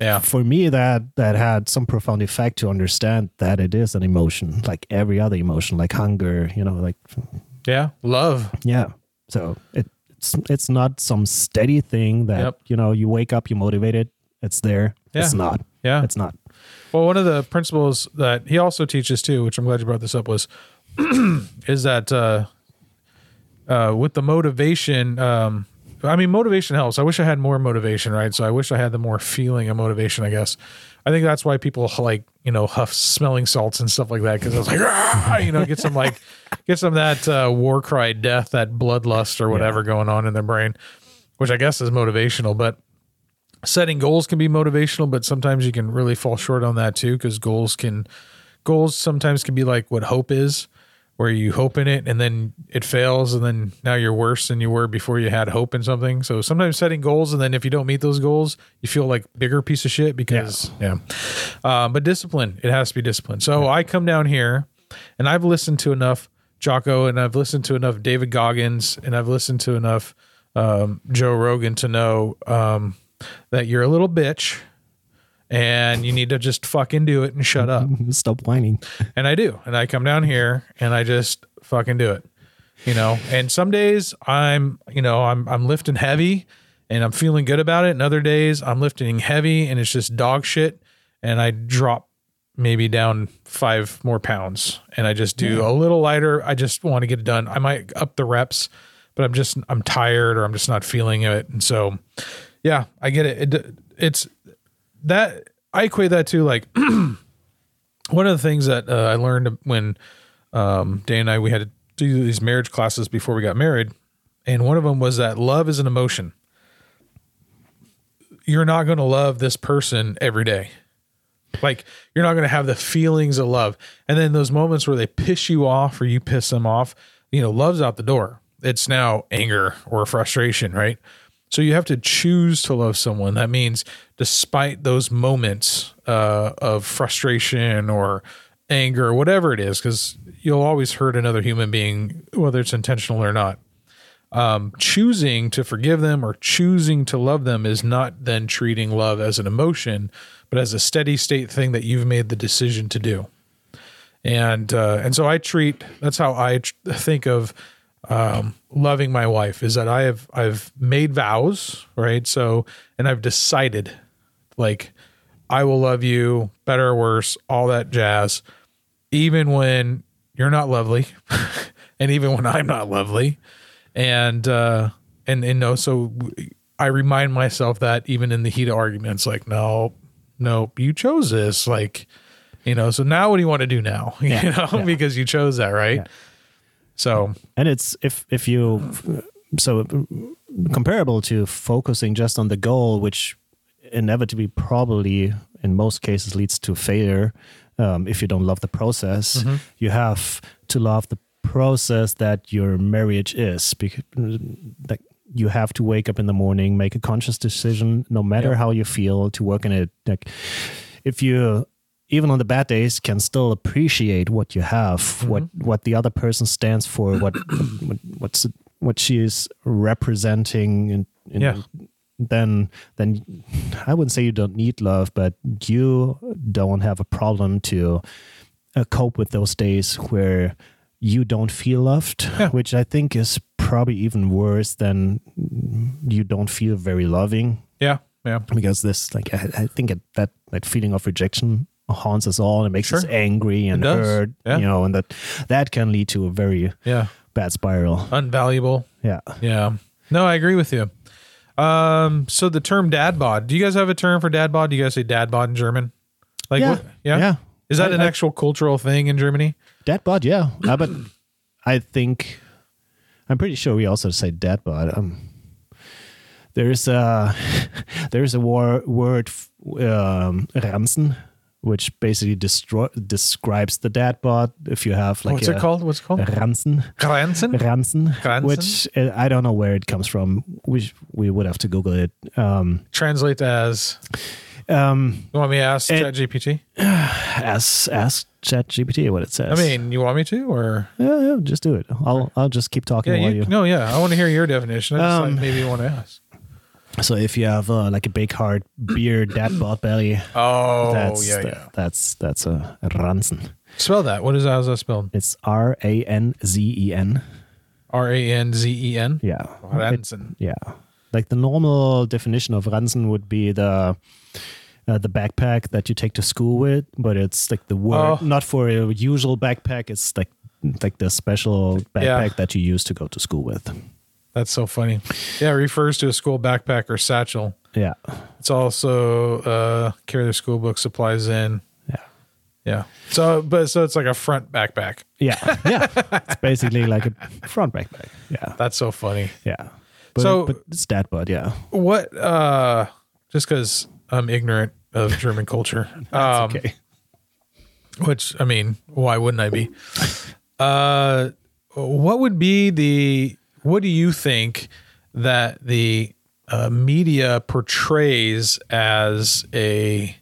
[SPEAKER 1] Yeah.
[SPEAKER 2] for me that that had some profound effect to understand that it is an emotion like every other emotion like hunger you know like
[SPEAKER 1] Yeah. Love.
[SPEAKER 2] yeah. So it, it's it's not some steady thing that
[SPEAKER 1] Yep.
[SPEAKER 2] you know you wake up, you motivated, it's there.
[SPEAKER 1] Yeah.
[SPEAKER 2] It's not.
[SPEAKER 1] Yeah.
[SPEAKER 2] It's not. [laughs]
[SPEAKER 1] Well, one of the principles that he also teaches too, which I'm glad you brought this up, was [clears throat] is that uh, uh, with the motivation. Um, I mean, motivation helps. I wish I had more motivation, right? So I wish I had the more feeling of motivation. I guess. I think that's why people like you know huff smelling salts and stuff like that because I was like, "Ah!" you know, get some like get some of that uh, war cry death, that bloodlust or whatever going on in their brain, which I guess is motivational, but setting goals can be motivational, but sometimes you can really fall short on that too because goals can goals sometimes can be like what hope is, where you hope in it and then it fails and then now you're worse than you were before you had hope in something. So sometimes setting goals and then if you don't meet those goals, you feel like bigger piece of shit because yeah. Um, but discipline, it has to be discipline. So I come down here and I've listened to enough Jocko and I've listened to enough David Goggins and I've listened to enough um, Joe Rogan to know um, that you're a little bitch and you need to just fucking do it and shut up.
[SPEAKER 2] Stop whining.
[SPEAKER 1] And I do. And I come down here and I just fucking do it. You know, and some days I'm, you know, I'm I'm lifting heavy and I'm feeling good about it. And other days I'm lifting heavy and it's just dog shit and I drop maybe down five more pounds and I just do a little lighter. I just want to get it done. I might up the reps, but I'm just I'm tired or I'm just not feeling it. And so yeah, I get it. it it's that I equate that to like one of the things that uh, I learned when um, Day and I we had to do these marriage classes before we got married, and one of them was that love is an emotion. You're not going to love this person every day. Like you're not going to have the feelings of love, and then those moments where they piss you off or you piss them off, you know, love's out the door. It's now anger or frustration, right? So you have to choose to love someone. That means, despite those moments uh, of frustration or anger or whatever it is, because you'll always hurt another human being, whether it's intentional or not. Um, choosing to forgive them or choosing to love them is not then treating love as an emotion, but as a steady state thing that you've made the decision to do. And uh, and so I treat that's how I tr- think of um, loving my wife is that I have I've made vows, right? So and I've decided like I will love you better or worse, all that jazz, even when you're not lovely, [laughs] and even when I'm not lovely, and uh, and and no, so w- I remind myself that even in the heat of arguments, like no, nope, you chose this, like you know. So now, what do you want to do now? [laughs] you know, because you chose that, right? So
[SPEAKER 2] And it's if if you so comparable to focusing just on the goal, which inevitably probably in most cases leads to failure. Um, if you don't love the process, you have to love the process that your marriage is. Because like you have to wake up in the morning, make a conscious decision, no matter how you feel, to work in it. Like if you even on the bad days can still appreciate what you have what what the other person stands for what, what what's what she is representing and, and
[SPEAKER 1] Yeah.
[SPEAKER 2] then then i wouldn't say you don't need love but you don't have a problem to uh, cope with those days where you don't feel loved which i think is probably even worse than you don't feel very loving
[SPEAKER 1] yeah, yeah,
[SPEAKER 2] because this like I, I think it, that that feeling of rejection haunts us all and makes us
[SPEAKER 1] Sure.
[SPEAKER 2] angry and
[SPEAKER 1] does.
[SPEAKER 2] hurt
[SPEAKER 1] Yeah.
[SPEAKER 2] you know and that that can lead to a very
[SPEAKER 1] yeah,
[SPEAKER 2] bad spiral
[SPEAKER 1] unvaluable.
[SPEAKER 2] yeah
[SPEAKER 1] Yeah. No, I agree with you. Um, so the term dad bod. Do you guys have a term for dad bod? Do you guys say dad bod in German? Like
[SPEAKER 2] yeah.
[SPEAKER 1] what? Yeah. Is that
[SPEAKER 2] I-
[SPEAKER 1] an
[SPEAKER 2] I-
[SPEAKER 1] actual cultural thing in Germany?
[SPEAKER 2] Dad bod, yeah. Uh, but I think I'm pretty sure we also say dad bod. Um, there's a [laughs] there's a war, word f- um, Ramsen, which basically destroy, describes the dad bod. If you have like
[SPEAKER 1] What's
[SPEAKER 2] a,
[SPEAKER 1] it called? What's it called?
[SPEAKER 2] Ramsen.
[SPEAKER 1] Grenzen?
[SPEAKER 2] Ransen,
[SPEAKER 1] Ransen?
[SPEAKER 2] which uh, I don't know where it comes from. We we would have to Google it. Um,
[SPEAKER 1] Translate as
[SPEAKER 2] um,
[SPEAKER 1] you want me to ask
[SPEAKER 2] It-
[SPEAKER 1] ChatGPT?
[SPEAKER 2] ask ask ChatGPT what it
[SPEAKER 1] I
[SPEAKER 2] says.
[SPEAKER 1] mean, you want me to or
[SPEAKER 2] yeah, yeah, just do it. I'll I'll just keep talking
[SPEAKER 1] yeah,
[SPEAKER 2] while
[SPEAKER 1] you,
[SPEAKER 2] you.
[SPEAKER 1] no, yeah. I want to hear your definition. I just
[SPEAKER 2] Um,
[SPEAKER 1] like maybe you want to ask.
[SPEAKER 2] So if you have uh, like a big hard beer,
[SPEAKER 1] [coughs]
[SPEAKER 2] dad bod belly,
[SPEAKER 1] Oh
[SPEAKER 2] that's
[SPEAKER 1] yeah,
[SPEAKER 2] the-
[SPEAKER 1] yeah.
[SPEAKER 2] that's that's a Ransen.
[SPEAKER 1] Spell that. What is that? How's that spelled?
[SPEAKER 2] It's R A N Z E N.
[SPEAKER 1] R A N Z E N.
[SPEAKER 2] Yeah,
[SPEAKER 1] Ransen.
[SPEAKER 2] yeah. Like the normal definition of Ransen would be the uh, the backpack that you take to school with, but it's like the
[SPEAKER 1] Oh.
[SPEAKER 2] word not for a usual backpack. It's like like the special backpack
[SPEAKER 1] Yeah.
[SPEAKER 2] that you use to go to school with.
[SPEAKER 1] That's so funny. Yeah, it refers to a school backpack or satchel.
[SPEAKER 2] Yeah,
[SPEAKER 1] It's also uh carry their school book supplies in.
[SPEAKER 2] yeah,
[SPEAKER 1] Yeah. So but so it's like a front backpack. [laughs]
[SPEAKER 2] yeah, yeah. it's basically like a front backpack. Yeah,
[SPEAKER 1] That's so funny.
[SPEAKER 2] yeah. But,
[SPEAKER 1] So-
[SPEAKER 2] but it's that, but yeah,
[SPEAKER 1] What uh just cuz I'm ignorant of German culture. Um
[SPEAKER 2] okay.
[SPEAKER 1] which I mean, why wouldn't I be? Uh what would be the what do you think that the uh, media portrays as a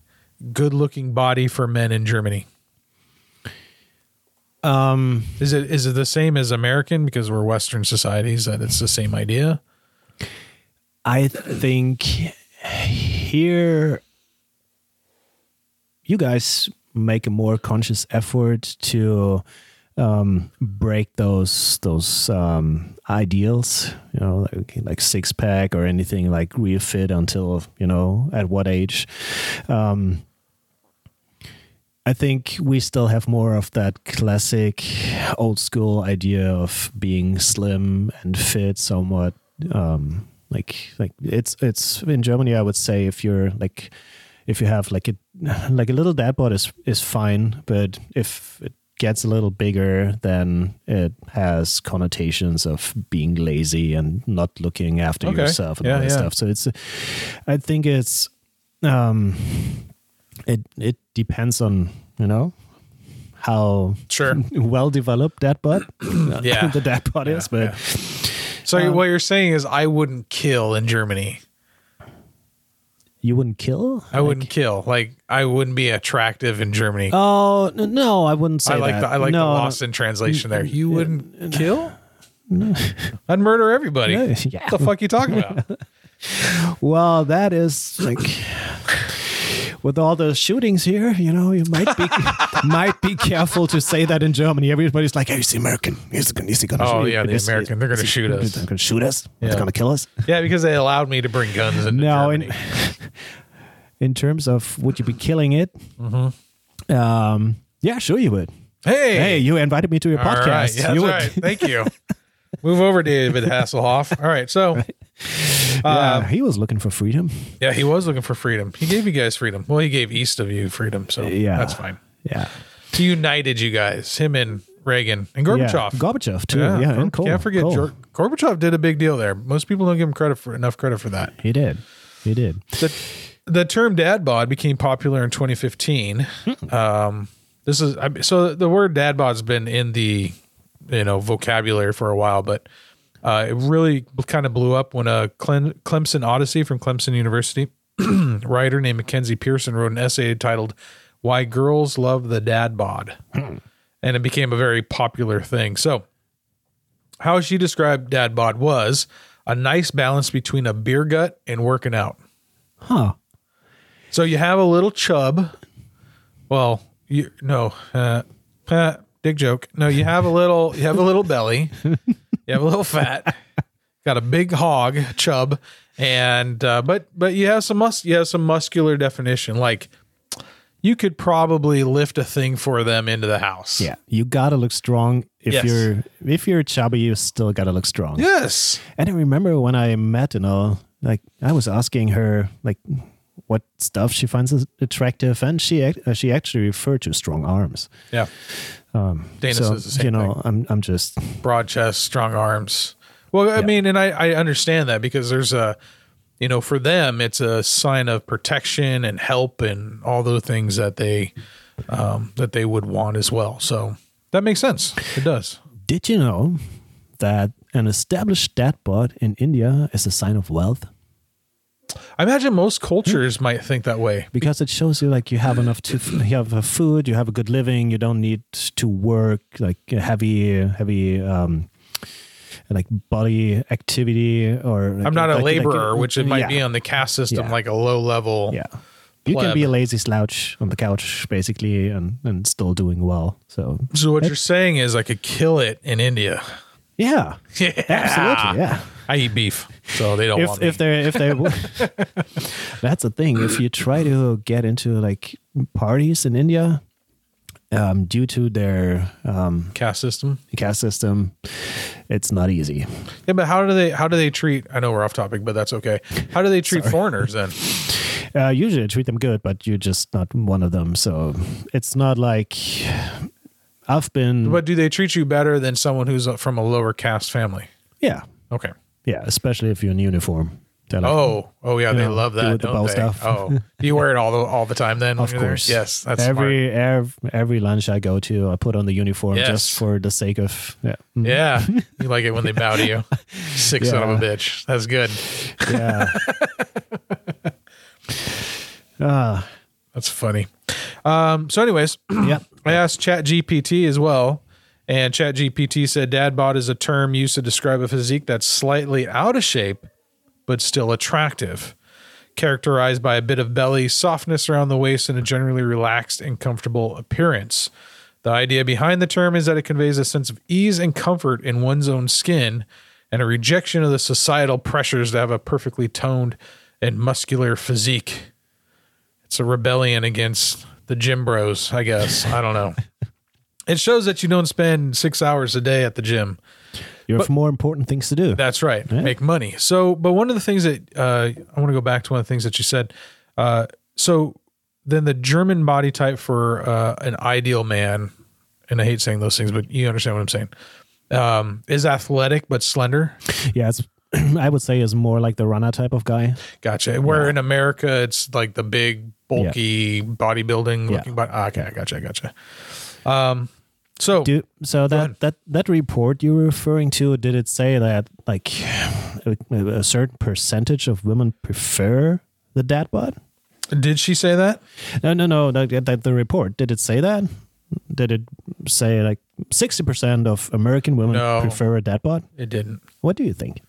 [SPEAKER 1] good-looking body for men in Germany?
[SPEAKER 2] Um,
[SPEAKER 1] Is it is it the same as American because we're Western societies that it's the same idea?
[SPEAKER 2] I think here you guys make a more conscious effort to um, break those those um, ideals, you know, like, like six pack or anything like real fit until you know at what age. Um, I think we still have more of that classic old school idea of being slim and fit somewhat um like like it's it's in Germany I would say if you're like if you have like a like a little dad bod is is fine but if it gets a little bigger then it has connotations of being lazy and not looking after
[SPEAKER 1] Okay.
[SPEAKER 2] yourself and
[SPEAKER 1] Yeah,
[SPEAKER 2] all that
[SPEAKER 1] yeah.
[SPEAKER 2] stuff so it's I think it's um it it depends on you know how
[SPEAKER 1] Sure.
[SPEAKER 2] well developed that butt
[SPEAKER 1] [coughs] Yeah.
[SPEAKER 2] [laughs] the dad bod
[SPEAKER 1] Yeah,
[SPEAKER 2] is but
[SPEAKER 1] So what you're saying is I wouldn't kill in Germany.
[SPEAKER 2] you wouldn't kill
[SPEAKER 1] I wouldn't kill. Like I wouldn't be attractive in Germany.
[SPEAKER 2] oh n- no I wouldn't say
[SPEAKER 1] I like
[SPEAKER 2] that
[SPEAKER 1] the I like
[SPEAKER 2] no,
[SPEAKER 1] the
[SPEAKER 2] no.
[SPEAKER 1] lost in translation there. You wouldn't
[SPEAKER 2] [laughs]
[SPEAKER 1] kill? I'd murder everybody.
[SPEAKER 2] No, yeah.
[SPEAKER 1] What the fuck you talking about?
[SPEAKER 2] [laughs] well that is like with all the shootings here you know you might
[SPEAKER 1] [laughs]
[SPEAKER 2] be might be careful to say that in Germany everybody's like hey he's American he's gonna, he's gonna
[SPEAKER 1] Oh,
[SPEAKER 2] shoot-
[SPEAKER 1] yeah, the
[SPEAKER 2] he's-
[SPEAKER 1] American. They're gonna
[SPEAKER 2] he's-
[SPEAKER 1] shoot us.
[SPEAKER 2] they're gonna shoot us
[SPEAKER 1] Yeah.
[SPEAKER 2] they're gonna kill us
[SPEAKER 1] yeah, because they allowed me to bring guns into
[SPEAKER 2] No, in, [laughs]
[SPEAKER 1] Germany.
[SPEAKER 2] in terms of would you be killing it? Um, yeah, sure you would.
[SPEAKER 1] Mm-hmm. hey,
[SPEAKER 2] Hey, you invited me to your
[SPEAKER 1] all
[SPEAKER 2] podcast.
[SPEAKER 1] right. Yeah, that's
[SPEAKER 2] you would. [laughs]
[SPEAKER 1] right. Thank you. Move over, David Hasselhoff. All right, so
[SPEAKER 2] Yeah, Uh, he was looking for freedom.
[SPEAKER 1] Yeah, he was looking for freedom. He gave you guys freedom. Well, he gave east of you freedom, so
[SPEAKER 2] Yeah.
[SPEAKER 1] that's fine.
[SPEAKER 2] Yeah,
[SPEAKER 1] He united you guys, him and Reagan and Gorbachev.
[SPEAKER 2] yeah. Gorbachev too. Yeah,
[SPEAKER 1] Gor-
[SPEAKER 2] and Cole.
[SPEAKER 1] can't forget
[SPEAKER 2] Cole.
[SPEAKER 1] Gor- Gorbachev did a big deal there. Most people don't give him credit for enough credit for that.
[SPEAKER 2] He did. He did.
[SPEAKER 1] The, the term dad bod became popular in 2015. Um, this is I- so the word dad bod's been in the you know vocabulary for a while, but uh, it really kind of blew up when a Clem- Clemson Odyssey from Clemson University [clears throat] writer named Mackenzie Pearson wrote an essay titled "Why Girls Love the Dad Bod," and it became a very popular thing. So, how she described dad bod was a nice balance between a beer gut and working out.
[SPEAKER 2] Huh.
[SPEAKER 1] So you have a little chub. Well, you no, uh, uh, dick joke. No, you have a little. You have a little belly. You have a little fat. Got a big hog chub, and uh, but but you have some mus you have some muscular definition. Like you could probably lift a thing for them into the house.
[SPEAKER 2] Yeah, you gotta look strong. If
[SPEAKER 1] Yes.
[SPEAKER 2] you're if you're chubby, you still gotta look strong.
[SPEAKER 1] Yes.
[SPEAKER 2] And I remember when I met, you know, like I was asking her like what stuff she finds as- attractive, and she ac- uh, she actually referred to strong arms.
[SPEAKER 1] Yeah. Dana
[SPEAKER 2] Um, so
[SPEAKER 1] says the same
[SPEAKER 2] you know, I'm I'm just
[SPEAKER 1] thing. Broad chest, strong arms. Well, I mean, and I, I understand that because there's a, you know, for them, it's a sign of protection and help and all the things that they, um, that they would want as well. So that makes sense. It does.
[SPEAKER 2] Did you know that an established dad bod in India is a sign of wealth?
[SPEAKER 1] I imagine most
[SPEAKER 2] Hmm.
[SPEAKER 1] cultures might think that way.
[SPEAKER 2] Because it shows you like you have enough to you have uh, food, you have a good living, you don't need to work like heavy heavy um like body activity or like-
[SPEAKER 1] I'm not a
[SPEAKER 2] like- like-
[SPEAKER 1] laborer, which it might
[SPEAKER 2] yeah,
[SPEAKER 1] be on the caste system,
[SPEAKER 2] Yeah.
[SPEAKER 1] like a low level.
[SPEAKER 2] Yeah. You can
[SPEAKER 1] pleb.
[SPEAKER 2] be a lazy slouch on the couch basically and and still doing well. So
[SPEAKER 1] So what you're saying is I could kill it in India. [laughs]
[SPEAKER 2] yeah.
[SPEAKER 1] Yeah.
[SPEAKER 2] Absolutely. Yeah.
[SPEAKER 1] I eat beef, so they don't want
[SPEAKER 2] if
[SPEAKER 1] me.
[SPEAKER 2] if they if
[SPEAKER 1] [laughs]
[SPEAKER 2] they that's the thing if you try to get into like parties in india um, due to their um,
[SPEAKER 1] caste system.
[SPEAKER 2] caste system it's not easy
[SPEAKER 1] Yeah, but how do they how do they treat I know we're off topic, but that's okay. How do
[SPEAKER 2] [laughs]
[SPEAKER 1] they treat foreigners then?
[SPEAKER 2] uh, usually I treat them good but you're just not one of them so it's not like i've been
[SPEAKER 1] But do they treat you better than someone who's uh, from a lower caste family?
[SPEAKER 2] yeah
[SPEAKER 1] Okay.
[SPEAKER 2] yeah especially if you're in uniform They're like,
[SPEAKER 1] Oh, oh yeah, they
[SPEAKER 2] know,
[SPEAKER 1] love
[SPEAKER 2] do
[SPEAKER 1] that,
[SPEAKER 2] with the
[SPEAKER 1] don't
[SPEAKER 2] bow
[SPEAKER 1] they?
[SPEAKER 2] stuff. [laughs]
[SPEAKER 1] Oh, do you wear it all the all the time then? when
[SPEAKER 2] Of
[SPEAKER 1] you're there?
[SPEAKER 2] course.
[SPEAKER 1] yes, that's smart.
[SPEAKER 2] every ev- every lunch I go to, I put on the uniform
[SPEAKER 1] Yes.
[SPEAKER 2] just for the sake of yeah.
[SPEAKER 1] Yeah, you like it when they bow to you. Sick son of a
[SPEAKER 2] Yeah.
[SPEAKER 1] bitch. That's good.
[SPEAKER 2] [laughs] Yeah. uh,
[SPEAKER 1] That's funny. Um, so, anyways, [clears throat]
[SPEAKER 2] yep.
[SPEAKER 1] I asked ChatGPT as well, and ChatGPT said dad bod is a term used to describe a physique that's slightly out of shape, but still attractive, characterized by a bit of belly, softness around the waist, and a generally relaxed and comfortable appearance. The idea behind the term is that it conveys a sense of ease and comfort in one's own skin and a rejection of the societal pressures to have a perfectly toned and muscular physique it's a rebellion against the gym bros, I guess. I don't know. It shows that you don't spend six hours a day at the gym.
[SPEAKER 2] You have more important things to do.
[SPEAKER 1] That's right. Make money. So, but one of the things that uh, I want to go back to one of the things that you said. Uh, so, then the German body type for uh, an ideal man, and I hate saying those things, but you understand what I'm saying, um, is athletic but slender.
[SPEAKER 2] yeah, it's, [clears throat] I would say is more like the runner type of guy.
[SPEAKER 1] Gotcha. Where in America, it's like the big, bulky bodybuilding
[SPEAKER 2] Yeah.
[SPEAKER 1] looking body. ah, okay, I gotcha. I gotcha. Um, so,
[SPEAKER 2] Do so
[SPEAKER 1] ahead.
[SPEAKER 2] that that that report you were referring to did it say that like a, a certain percentage of women prefer the dad bod?
[SPEAKER 1] Did she say that?
[SPEAKER 2] No, no, no. That, that the report did it say that? Did it say like sixty percent of American women
[SPEAKER 1] No.
[SPEAKER 2] prefer a dad bod?
[SPEAKER 1] It didn't.
[SPEAKER 2] What do you think?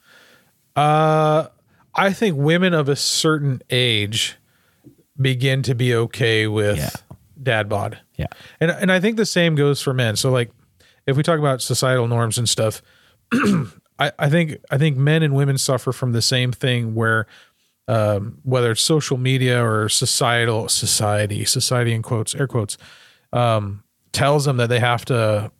[SPEAKER 1] Uh, I think women of a certain age begin to be okay with
[SPEAKER 2] Yeah.
[SPEAKER 1] dad bod.
[SPEAKER 2] Yeah,
[SPEAKER 1] And and I think the same goes for men. So like if we talk about societal norms and stuff, [clears throat] I, I think I think men and women suffer from the same thing where um, whether it's social media or societal society, society in quotes, air quotes, um, tells them that they have to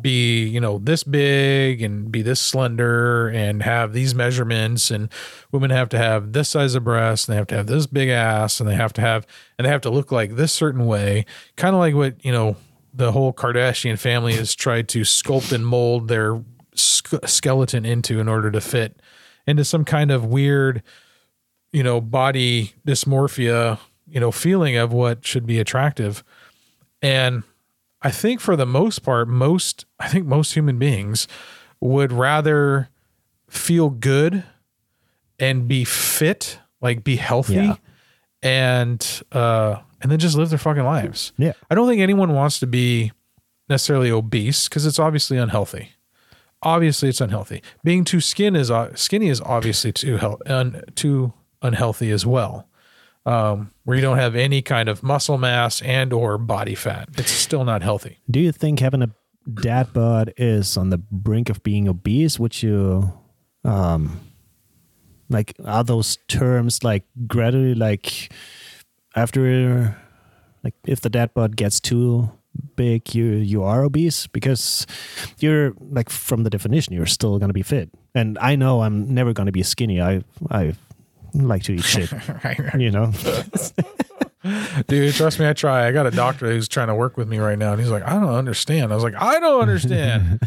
[SPEAKER 1] be, you know, this big and be this slender and have these measurements and women have to have this size of breast and they have to have this big ass and they have to have and they have to look like this certain way. Kind of like what, you know, the whole Kardashian family has tried to sculpt and mold their sk- skeleton into in order to fit into some kind of weird, you know, body dysmorphia, you know, feeling of what should be attractive. And I think for the most part, most I think most human beings would rather feel good and be fit, like be healthy,
[SPEAKER 2] Yeah.
[SPEAKER 1] and uh, and then just live their fucking lives.
[SPEAKER 2] Yeah.
[SPEAKER 1] I don't think anyone wants to be necessarily obese because it's obviously unhealthy. Obviously, it's unhealthy. Being too skin is uh, skinny is obviously too health un, too unhealthy as well. Um, where you don't have any kind of muscle mass and or body fat, it's still not healthy.
[SPEAKER 2] Do you think having a dad bod is on the brink of being obese? Would you, um, like, are those terms like gradually, like, after, like, if the dad bod gets too big, you you are obese because you're like from the definition, you're still gonna be fit. and I know I'm never going to be skinny. I I like to eat shit, you know.
[SPEAKER 1] Dude, trust me, I try. I got a doctor who's trying to work with me right now, and he's like, I don't understand. I was like, I don't understand.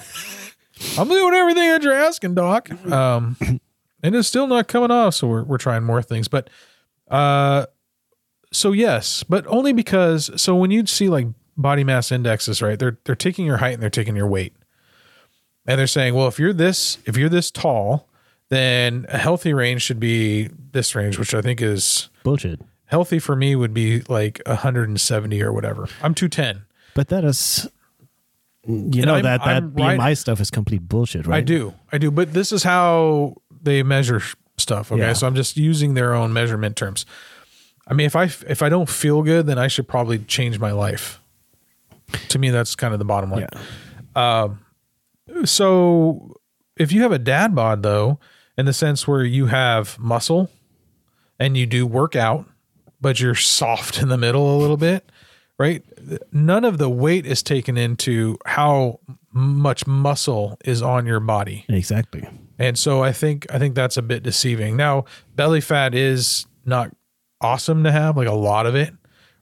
[SPEAKER 1] I'm doing everything that you're asking, Doc. Um, and it's still not coming off, so we're, we're trying more things. But uh, so yes, but only because so when you see like body mass indexes, right? They're they're taking your height and they're taking your weight. And they're saying, well, if you're this, if you're this tall, then a healthy range should be this range, which I think is
[SPEAKER 2] Bullshit.
[SPEAKER 1] healthy for me would be like 170 or whatever. I'm 210.
[SPEAKER 2] But that is, you
[SPEAKER 1] And
[SPEAKER 2] know,
[SPEAKER 1] I'm-
[SPEAKER 2] that that
[SPEAKER 1] I'm right-
[SPEAKER 2] BMI stuff is complete bullshit, right?
[SPEAKER 1] I do. I do. But this is how they measure sh- stuff. Okay.
[SPEAKER 2] Yeah.
[SPEAKER 1] So I'm just using their own measurement terms. I mean, if I if I don't feel good, then I should probably change my life. To me, that's kind of the bottom line. Um, so if you have a dad bod though, in the sense where you have muscle and you do work out, but you're soft [laughs] in the middle a little bit, right? None of the weight is taken into how much muscle is on your body.
[SPEAKER 2] Exactly.
[SPEAKER 1] And so I think I think that's a bit deceiving. Now, belly fat is not awesome to have, like a lot of it,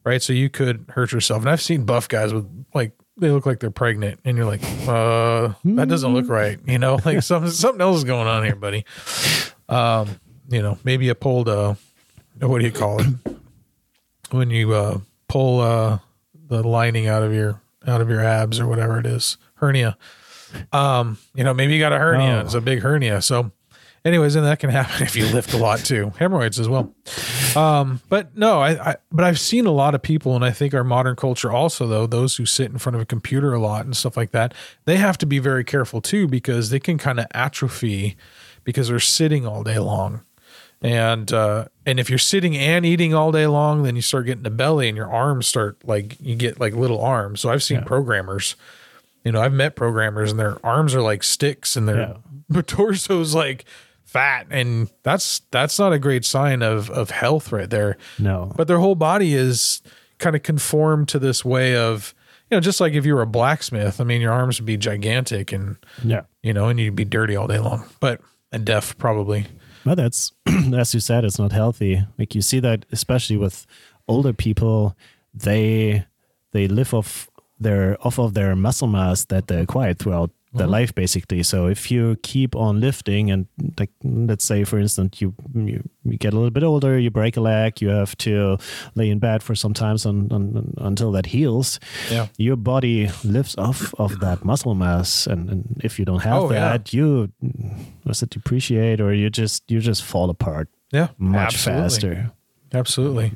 [SPEAKER 1] right? So you could hurt yourself. And I've seen buff guys with like they look like they're pregnant, and you're like, uh, that doesn't look right. You know, [laughs] like something something else is going on here, buddy. Um, you know, maybe a pulled uh, what do you call it when you uh pull uh the lining out of your out of your abs or whatever it is hernia. Um, you know, maybe you got a hernia.
[SPEAKER 2] Oh.
[SPEAKER 1] It's a big hernia. So, anyways, and that can [laughs] happen if you lift a lot too. Hemorrhoids as well. Um, but no, I, I but I've seen a lot of people, and I think our modern culture also though those who sit in front of a computer a lot and stuff like that, they have to be very careful too because they can kind of atrophy because they're sitting all day long. And uh, and if you're sitting and eating all day long, then you start getting a belly, and your arms start like you get like little arms. So I've seen programmers you know, I've met programmers and their arms are like sticks and [laughs] their torso's like fat and that's that's not a great sign of of health right there.
[SPEAKER 2] No.
[SPEAKER 1] But their whole body is kind of conformed to this way of you know, just like if you were a blacksmith, I mean your arms would be gigantic and
[SPEAKER 2] yeah.
[SPEAKER 1] you know, and you'd be dirty all day long. But and deaf probably.
[SPEAKER 2] But that's, [clears throat] as you said, it's not healthy. Like you see that, especially with older people, they they live off their off of their muscle mass that they acquired throughout their life, basically. So if you keep on lifting, and like let's say, for instance, you, you you get a little bit older, you break a leg, you have to lay in bed for some time on, on, until that heals.
[SPEAKER 1] Yeah.
[SPEAKER 2] Your body lives off of that muscle mass, and, and if you don't have
[SPEAKER 1] Oh, yeah.
[SPEAKER 2] that, you was it depreciate or you just you just fall apart
[SPEAKER 1] Yeah.
[SPEAKER 2] much
[SPEAKER 1] absolutely.
[SPEAKER 2] faster
[SPEAKER 1] Absolutely.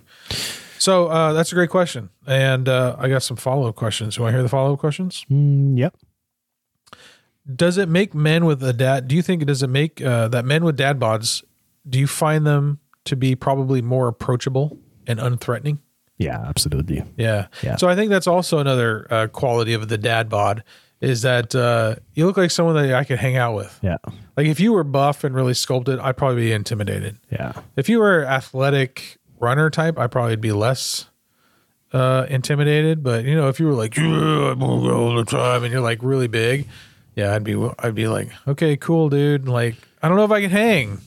[SPEAKER 1] So uh, that's a great question. And uh, I got some follow up questions. You want to hear the follow up questions?
[SPEAKER 2] mm, yep
[SPEAKER 1] does it make men with a dad do you think does it make uh, that men with dad bods do you find them to be probably more approachable and unthreatening
[SPEAKER 2] yeah absolutely
[SPEAKER 1] yeah,
[SPEAKER 2] Yeah.
[SPEAKER 1] so i think that's also another uh, quality of the dad bod is that uh, you look like someone that i could hang out with
[SPEAKER 2] yeah
[SPEAKER 1] like if you were buff and really sculpted i'd probably be intimidated
[SPEAKER 2] yeah
[SPEAKER 1] if you were athletic runner type i'd probably be less uh, intimidated but you know if you were like yeah, I move all the time and you're like really big yeah i'd be i'd be like okay cool dude like i don't know if i can hang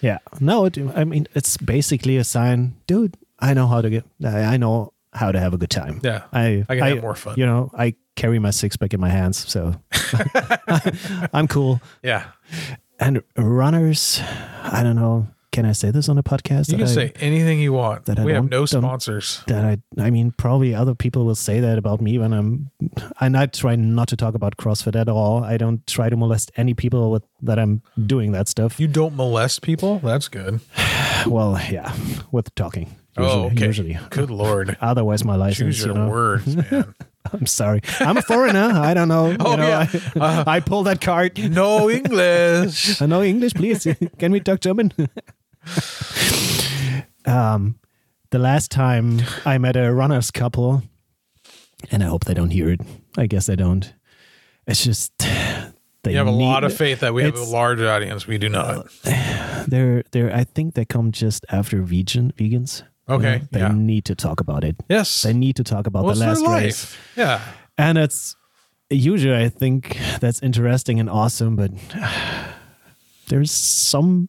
[SPEAKER 2] yeah no it, i mean it's basically a sign dude i know how to get i, I know how to have a good time
[SPEAKER 1] Yeah.
[SPEAKER 2] i
[SPEAKER 1] I can have more fun.
[SPEAKER 2] you know i carry my six-pack in my hands
[SPEAKER 1] [laughs]
[SPEAKER 2] so [laughs] i'm cool
[SPEAKER 1] yeah
[SPEAKER 2] and runners i don't know can i say this on a podcast
[SPEAKER 1] you
[SPEAKER 2] that
[SPEAKER 1] can
[SPEAKER 2] I-
[SPEAKER 1] say anything you want
[SPEAKER 2] that I
[SPEAKER 1] we have
[SPEAKER 2] don't-
[SPEAKER 1] no
[SPEAKER 2] don't-
[SPEAKER 1] sponsors
[SPEAKER 2] that I I mean probably other people will say that about me when I'm and I try not to talk about CrossFit at all. I don't try to molest any people with that I'm doing that stuff.
[SPEAKER 1] you don't molest people that's good
[SPEAKER 2] [laughs] Well, yeah, with talking. Usually,
[SPEAKER 1] oh okay
[SPEAKER 2] usually.
[SPEAKER 1] good
[SPEAKER 2] [laughs]
[SPEAKER 1] lord
[SPEAKER 2] Otherwise my license,
[SPEAKER 1] choose
[SPEAKER 2] you
[SPEAKER 1] your
[SPEAKER 2] know.
[SPEAKER 1] words
[SPEAKER 2] [laughs]
[SPEAKER 1] man
[SPEAKER 2] I'm sorry. I'm a foreigner. I don't know. You
[SPEAKER 1] [laughs] Oh,
[SPEAKER 2] know,
[SPEAKER 1] yeah.
[SPEAKER 2] I, I pull that card.
[SPEAKER 1] no english
[SPEAKER 2] Uh, no English,
[SPEAKER 1] [laughs]
[SPEAKER 2] please. Can we talk German? um, the last time I met a runners couple, and I hope they don't hear it. I guess they don't. It's just they
[SPEAKER 1] you have a
[SPEAKER 2] need-
[SPEAKER 1] lot of faith that we have a
[SPEAKER 2] It's-
[SPEAKER 1] large audience we do not
[SPEAKER 2] They're they're. I think they come just after vegan vegans. you
[SPEAKER 1] Okay,
[SPEAKER 2] know? they
[SPEAKER 1] yeah.
[SPEAKER 2] need to talk about it.
[SPEAKER 1] yes
[SPEAKER 2] They need to talk about
[SPEAKER 1] what's
[SPEAKER 2] the
[SPEAKER 1] their
[SPEAKER 2] last
[SPEAKER 1] life
[SPEAKER 2] race.
[SPEAKER 1] yeah
[SPEAKER 2] and it's usually I think that's interesting and awesome, but [sighs] there's some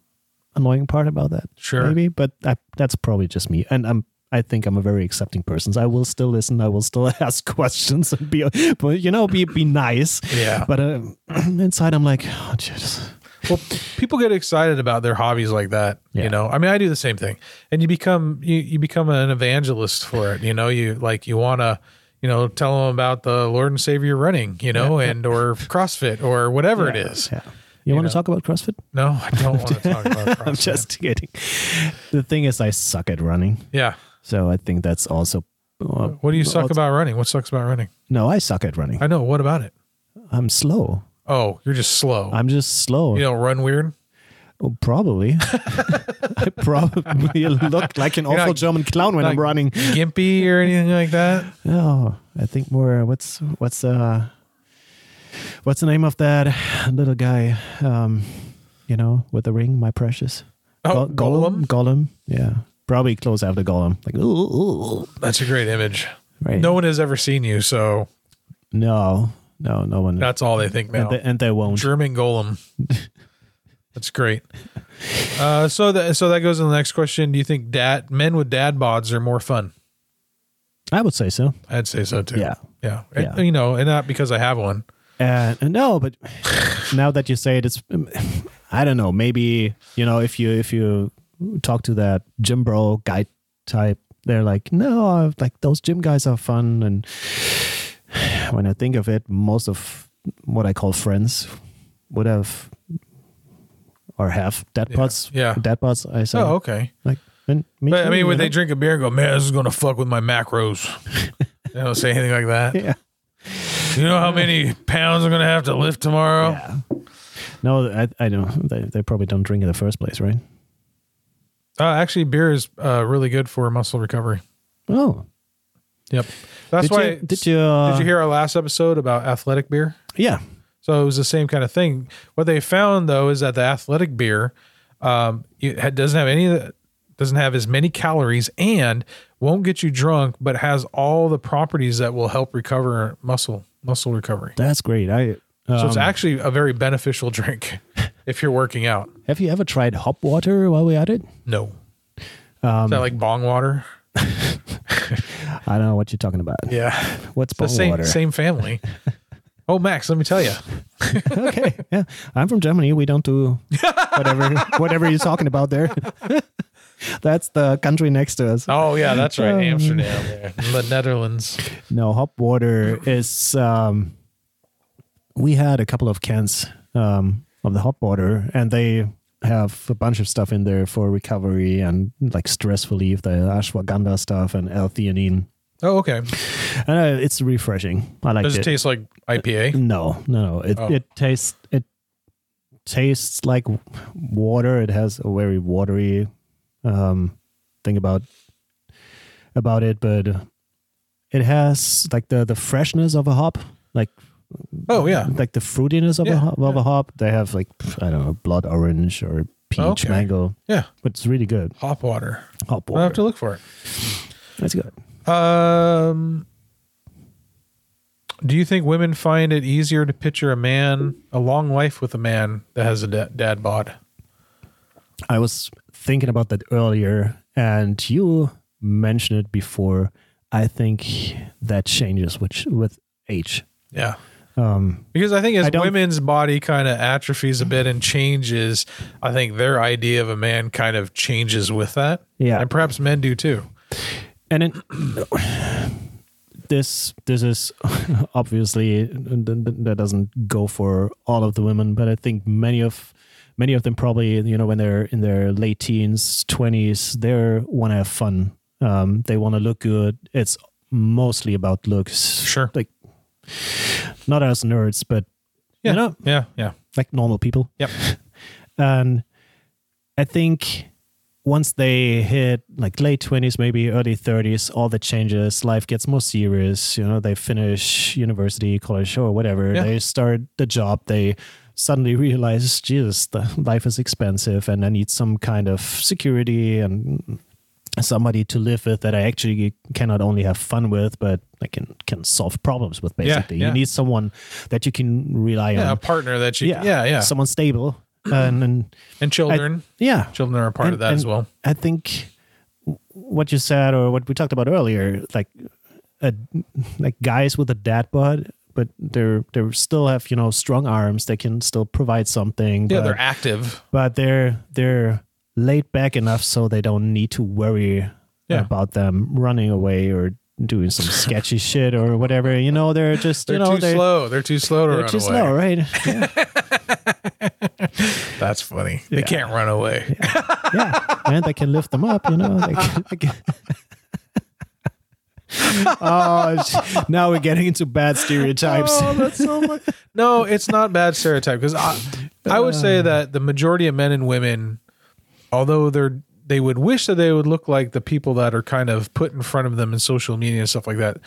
[SPEAKER 2] annoying part about that.
[SPEAKER 1] Sure.
[SPEAKER 2] Maybe, but I, that's probably just me. And I'm I think I'm a very accepting person. So I will still listen. I will still [laughs] ask questions and be, but you know, be be nice.
[SPEAKER 1] Yeah.
[SPEAKER 2] But uh, [clears throat] inside, I'm like, oh, Jesus.
[SPEAKER 1] well people get excited about their hobbies like that
[SPEAKER 2] Yeah.
[SPEAKER 1] you know i mean i do the same thing and you become you, you become an evangelist for it you know you like you want to you know tell them about the lord and savior running you know and or crossfit or whatever it is
[SPEAKER 2] Yeah. You, want to talk about CrossFit?
[SPEAKER 1] no i don't want to talk about
[SPEAKER 2] [laughs] I'm
[SPEAKER 1] crossfit
[SPEAKER 2] just kidding. The thing is, I suck at running,
[SPEAKER 1] yeah
[SPEAKER 2] so I think that's also. uh,
[SPEAKER 1] what do you suck
[SPEAKER 2] also-
[SPEAKER 1] about running what sucks about running
[SPEAKER 2] No, I suck at running.
[SPEAKER 1] i know what about it
[SPEAKER 2] I'm slow.
[SPEAKER 1] oh you're just slow
[SPEAKER 2] I'm just slow.
[SPEAKER 1] you don't run weird
[SPEAKER 2] Well, probably.
[SPEAKER 1] [laughs]
[SPEAKER 2] [laughs] I probably look like an awful
[SPEAKER 1] not-
[SPEAKER 2] German clown when I'm
[SPEAKER 1] not-
[SPEAKER 2] running.
[SPEAKER 1] gimpy or anything like that
[SPEAKER 2] Oh, I think more. uh, What's what's uh, what's the name of that little guy? Um, you know, with the ring, my precious.
[SPEAKER 1] Oh,
[SPEAKER 2] Go-
[SPEAKER 1] Gollum?
[SPEAKER 2] Gollum. Yeah, probably close after Gollum. Like, ooh, ooh.
[SPEAKER 1] that's a great image
[SPEAKER 2] right?
[SPEAKER 1] no one has ever seen you so
[SPEAKER 2] no, no, no one.
[SPEAKER 1] that's all they think now
[SPEAKER 2] and, they, and they won't.
[SPEAKER 1] German golem. That's great. Uh, so that so that goes in the next question. Do you think dad men with dad bods are more fun?
[SPEAKER 2] I would say so.
[SPEAKER 1] I'd say so too.
[SPEAKER 2] Yeah.
[SPEAKER 1] yeah,
[SPEAKER 2] Yeah.
[SPEAKER 1] And, you know, and not because I have one.
[SPEAKER 2] Uh, no, but now that you say it, it's um, I don't know. Maybe you know if you if you talk to that gym bro guy type, they're like, no, I- like those gym guys are fun. And when I think of it, most of what I call friends would have or have dad pots.
[SPEAKER 1] yeah.
[SPEAKER 2] dad pots. I say,
[SPEAKER 1] Oh, okay.
[SPEAKER 2] like, and me
[SPEAKER 1] But I
[SPEAKER 2] too,
[SPEAKER 1] mean,
[SPEAKER 2] you
[SPEAKER 1] when they
[SPEAKER 2] know?
[SPEAKER 1] drink a beer and go, man, this is gonna fuck with my
[SPEAKER 2] [laughs]
[SPEAKER 1] macros. they don't say anything like that.
[SPEAKER 2] yeah.
[SPEAKER 1] You know how many pounds I'm gonna have to lift tomorrow?
[SPEAKER 2] Yeah. No, I, I don't. They, they probably don't drink in the first place, right?
[SPEAKER 1] Uh, actually, beer is uh, really good for muscle recovery.
[SPEAKER 2] Oh,
[SPEAKER 1] Yep. That's
[SPEAKER 2] did
[SPEAKER 1] why.
[SPEAKER 2] you, did you uh,
[SPEAKER 1] did you hear our last episode about athletic beer?
[SPEAKER 2] Yeah,
[SPEAKER 1] So it was the same kind of thing. What they found though is that the athletic beer um, it had- doesn't have any of the- doesn't have as many calories and won't get you drunk, but has all the properties that will help recover muscle muscle recovery.
[SPEAKER 2] That's great. I
[SPEAKER 1] So
[SPEAKER 2] um,
[SPEAKER 1] it's actually a very beneficial [laughs] drink if you're working out.
[SPEAKER 2] have you ever tried hop water while we're at it?
[SPEAKER 1] No. is that like bong water?
[SPEAKER 2] I don't know what you're talking about.
[SPEAKER 1] Yeah.
[SPEAKER 2] What's
[SPEAKER 1] [laughs] The
[SPEAKER 2] bong
[SPEAKER 1] same
[SPEAKER 2] water?
[SPEAKER 1] same [laughs] family. Oh, Max, let me tell you.
[SPEAKER 2] [laughs] okay, yeah. I'm from Germany. We don't
[SPEAKER 1] [laughs]
[SPEAKER 2] do whatever whatever you're talking about there. [laughs] That's the country next to us.
[SPEAKER 1] Oh, yeah, that's right. Amsterdam, there. the Netherlands.
[SPEAKER 2] No, hop water is. Um, we had a couple of cans um, of the hop water, and they have a bunch of stuff in there for recovery and like stress relief, the ashwagandha stuff and L-theanine.
[SPEAKER 1] Oh, okay.
[SPEAKER 2] And uh, it's refreshing. I like
[SPEAKER 1] Does it
[SPEAKER 2] it.
[SPEAKER 1] taste like IPA?
[SPEAKER 2] [laughs] No, no, no. It
[SPEAKER 1] Oh.
[SPEAKER 2] it tastes it tastes like w- water. It has a very watery um thing about about it, but it has like the the freshness of a hop, like
[SPEAKER 1] Oh, yeah.
[SPEAKER 2] like the fruitiness of a
[SPEAKER 1] Yeah,
[SPEAKER 2] hop, of a hop. They have like pff, I don't know, blood orange or peach
[SPEAKER 1] Okay.
[SPEAKER 2] mango.
[SPEAKER 1] Yeah.
[SPEAKER 2] But it's really good.
[SPEAKER 1] Hop water.
[SPEAKER 2] Hop
[SPEAKER 1] I'll have to
[SPEAKER 2] water.
[SPEAKER 1] look for it.
[SPEAKER 2] That's good.
[SPEAKER 1] Um, do you think women find it easier to picture a man, a long life with a man that has a da- dad bod?
[SPEAKER 2] I was thinking about that earlier, and you mentioned it before. I think that changes which with age.
[SPEAKER 1] Yeah.
[SPEAKER 2] Um,
[SPEAKER 1] Because I think
[SPEAKER 2] I
[SPEAKER 1] as
[SPEAKER 2] don't-
[SPEAKER 1] women's body kind of atrophies a bit and changes, I think their idea of a man kind of changes with that.
[SPEAKER 2] Yeah.
[SPEAKER 1] And perhaps men do too.
[SPEAKER 2] and then this this is [laughs] obviously that doesn't go for all of the women, but I think many of many of them probably you know when they're in their late teens, twenties, they want to have fun. Um, they want to look good. It's mostly about looks.
[SPEAKER 1] Sure.
[SPEAKER 2] like not as nerds, but
[SPEAKER 1] Yeah.
[SPEAKER 2] you know,
[SPEAKER 1] Yeah. Yeah.
[SPEAKER 2] like normal people.
[SPEAKER 1] Yep.
[SPEAKER 2] And I think once they hit like late twenties, maybe early thirties, all the changes, life gets more serious. You know, they finish university, college, or whatever.
[SPEAKER 1] Yeah.
[SPEAKER 2] They start the job. They suddenly [laughs] realize, Jesus, the life is expensive, and I need some kind of security and somebody to live with that I actually cannot only have fun with, but I can can solve problems with.
[SPEAKER 1] Yeah,
[SPEAKER 2] Basically,
[SPEAKER 1] yeah.
[SPEAKER 2] you need someone that you can rely
[SPEAKER 1] Yeah. A
[SPEAKER 2] on.
[SPEAKER 1] partner that you, yeah. Yeah.
[SPEAKER 2] Someone stable. and, and
[SPEAKER 1] and children.
[SPEAKER 2] yeah,
[SPEAKER 1] children are a part of
[SPEAKER 2] And-
[SPEAKER 1] that as
[SPEAKER 2] and
[SPEAKER 1] well.
[SPEAKER 2] I think what you said or what we talked about earlier, like a, like guys with a dad bod, but they're they still have you know strong arms. They can still provide something.
[SPEAKER 1] Yeah,
[SPEAKER 2] but,
[SPEAKER 1] they're active.
[SPEAKER 2] but they're they're laid back enough so they don't need to worry
[SPEAKER 1] Yeah.
[SPEAKER 2] about them running away or doing some
[SPEAKER 1] [laughs]
[SPEAKER 2] sketchy shit or whatever. You know, they're just
[SPEAKER 1] They're
[SPEAKER 2] you know
[SPEAKER 1] too
[SPEAKER 2] they're,
[SPEAKER 1] slow. They're too slow to
[SPEAKER 2] they're
[SPEAKER 1] run
[SPEAKER 2] too
[SPEAKER 1] away.
[SPEAKER 2] slow, right?
[SPEAKER 1] That's funny. They can't run away. [laughs]
[SPEAKER 2] yeah, and they can lift them up, you know. They can, they
[SPEAKER 1] [laughs]
[SPEAKER 2] can- oh, sh- now we're getting into bad stereotypes.
[SPEAKER 1] Oh, that's so much. [laughs] no, it's not bad stereotype because I, I would say that the majority of men and women, although they're they would wish that they would look like the people that are kind of put in front of them in social media and stuff like that.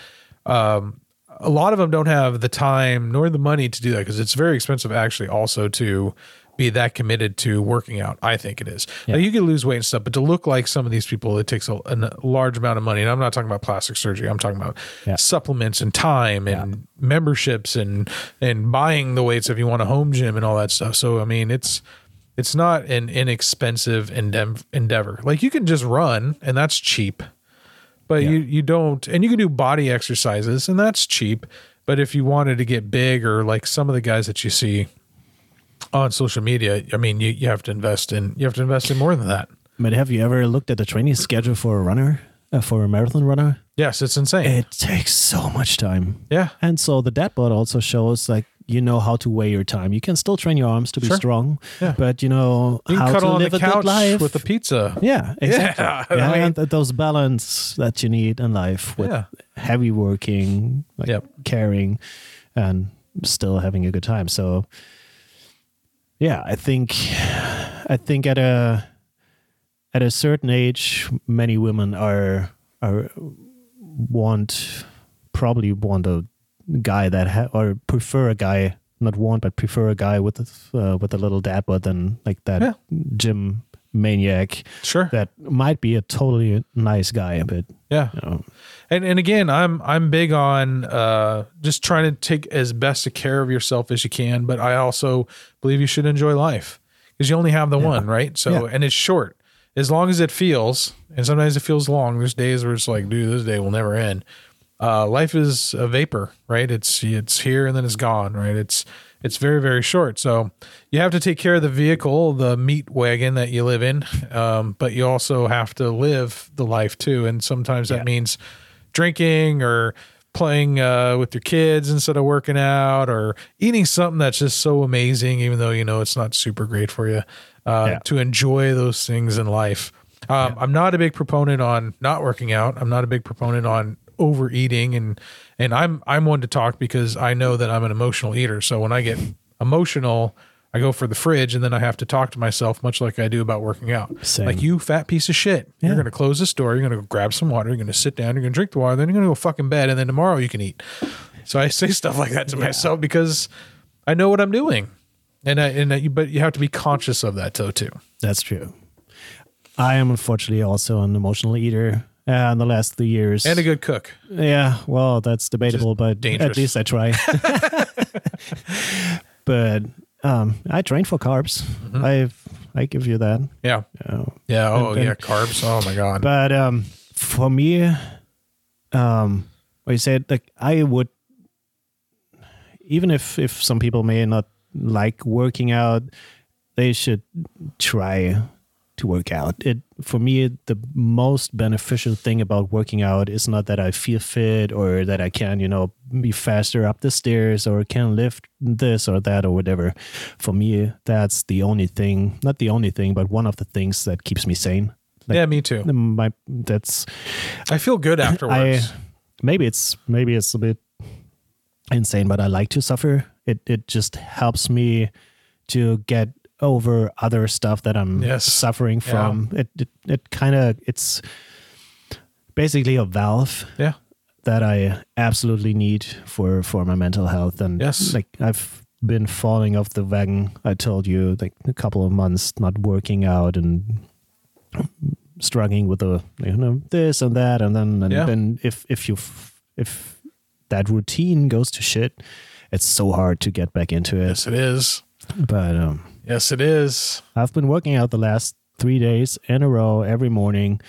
[SPEAKER 1] Um, a lot of them don't have the time nor the money to do that because it's very expensive actually also to be that committed to working out. I think it is. Now you can lose weight and stuff, but to look like some of these people, it takes a, a large amount of money. And I'm not talking about plastic surgery. I'm talking about
[SPEAKER 2] Yeah.
[SPEAKER 1] supplements and time and memberships and and buying the weights if you want a home gym and all that stuff. So I mean, it's it's not an inexpensive endeav- endeavor. Like you can just run and that's cheap. But you you don't and you can do body exercises and that's cheap. But if you wanted to get big or like some of the guys that you see on social media, I mean, you, you have to invest in you have to invest in more than that.
[SPEAKER 2] But have you ever looked at the training schedule for a runner, uh, for a marathon runner?
[SPEAKER 1] Yes, it's insane.
[SPEAKER 2] It takes so much time.
[SPEAKER 1] yeah.
[SPEAKER 2] And so the dead bod also shows like you know how to weigh your time. You can still train your arms to be
[SPEAKER 1] Sure.
[SPEAKER 2] strong,
[SPEAKER 1] Yeah.
[SPEAKER 2] but you know
[SPEAKER 1] You
[SPEAKER 2] how
[SPEAKER 1] can
[SPEAKER 2] to
[SPEAKER 1] cuddle on
[SPEAKER 2] live
[SPEAKER 1] the
[SPEAKER 2] a good
[SPEAKER 1] couch
[SPEAKER 2] life
[SPEAKER 1] with a pizza.
[SPEAKER 2] Yeah, exactly. Yeah,
[SPEAKER 1] [laughs] I mean-
[SPEAKER 2] and th- those balance that you need in life with
[SPEAKER 1] Yeah.
[SPEAKER 2] heavy working, like
[SPEAKER 1] Yep.
[SPEAKER 2] caring, and still having a good time. So, yeah, I think, I think at a at a certain age, many women are are want probably want a guy that ha- or prefer a guy not want but prefer a guy with a, uh, with a little dad but then like that
[SPEAKER 1] Yeah.
[SPEAKER 2] gym maniac
[SPEAKER 1] Sure.
[SPEAKER 2] that might be a totally nice guy but um,
[SPEAKER 1] yeah.
[SPEAKER 2] you know,
[SPEAKER 1] And and again, I'm I'm big on uh, just trying to take as best a care of yourself as you can, but I also believe you should enjoy life because you only have the one, right? So
[SPEAKER 2] Yeah.
[SPEAKER 1] and it's short. As long as it feels, and sometimes it feels long. There's days where it's like, dude, this day will never end. Uh, life is a vapor, right? It's it's here and then it's gone, right? It's it's very very short. So you have to take care of the vehicle, the meat wagon that you live in, um, but you also have to live the life too. And sometimes that means drinking or playing uh, with your kids instead of working out or eating something that's just so amazing, even though you know it's not super great for you, uh,
[SPEAKER 2] Yeah.
[SPEAKER 1] to enjoy those things in life. Um, I'm not a big proponent on not working out. I'm not a big proponent on overeating, and and I'm I'm one to talk because I know that I'm an emotional eater. So when I get emotional, I go for the fridge, and then I have to talk to myself, much like I do about working out.
[SPEAKER 2] Same.
[SPEAKER 1] Like you fat piece of shit. You're going to close this door. You're going to go grab some water. You're going to sit down. You're going to drink the water. Then you're going to go fucking bed. And then tomorrow you can eat. So I say [laughs] stuff like that to myself because I know what I'm doing. And I, and I, but you have to be conscious of that though too.
[SPEAKER 2] that's true i am unfortunately also an emotional eater uh, in the last three years
[SPEAKER 1] And a good cook.
[SPEAKER 2] Yeah, well, that's debatable, but
[SPEAKER 1] dangerous.
[SPEAKER 2] at least I
[SPEAKER 1] [laughs]
[SPEAKER 2] try. [laughs] but um, I train for carbs.
[SPEAKER 1] Mm-hmm.
[SPEAKER 2] I've I give you that.
[SPEAKER 1] Yeah.
[SPEAKER 2] Uh,
[SPEAKER 1] Yeah. Oh
[SPEAKER 2] And-
[SPEAKER 1] yeah.
[SPEAKER 2] and-
[SPEAKER 1] Carbs. Oh my God.
[SPEAKER 2] but um, for me, um, what you said, like I would, even if if some people may not like working out, they should try to work out. It for me, the most beneficial thing about working out is not that I feel fit or that I can, you know, be faster up the stairs or can lift this or that or whatever. For me, that's the only thing, not the only thing, but one of the things that keeps me sane. Like,
[SPEAKER 1] yeah. Me too.
[SPEAKER 2] my that's
[SPEAKER 1] I feel good
[SPEAKER 2] I
[SPEAKER 1] afterwards.
[SPEAKER 2] maybe it's maybe it's a bit insane, but I like to suffer. It it just helps me to get over other stuff that I'm
[SPEAKER 1] Yes.
[SPEAKER 2] suffering from. It it, it kind of it's basically a valve
[SPEAKER 1] yeah.
[SPEAKER 2] that I absolutely need for for my mental health. And
[SPEAKER 1] Yes.
[SPEAKER 2] like I've been falling off the wagon. I told you like a couple of months not working out and struggling with the you know this and that, and then and
[SPEAKER 1] Yeah.
[SPEAKER 2] then if if you f- if that routine goes to shit, it's so hard to get back into it.
[SPEAKER 1] Yes, it is.
[SPEAKER 2] But um,
[SPEAKER 1] Yes, it is.
[SPEAKER 2] I've been working out the last three days in a row every morning.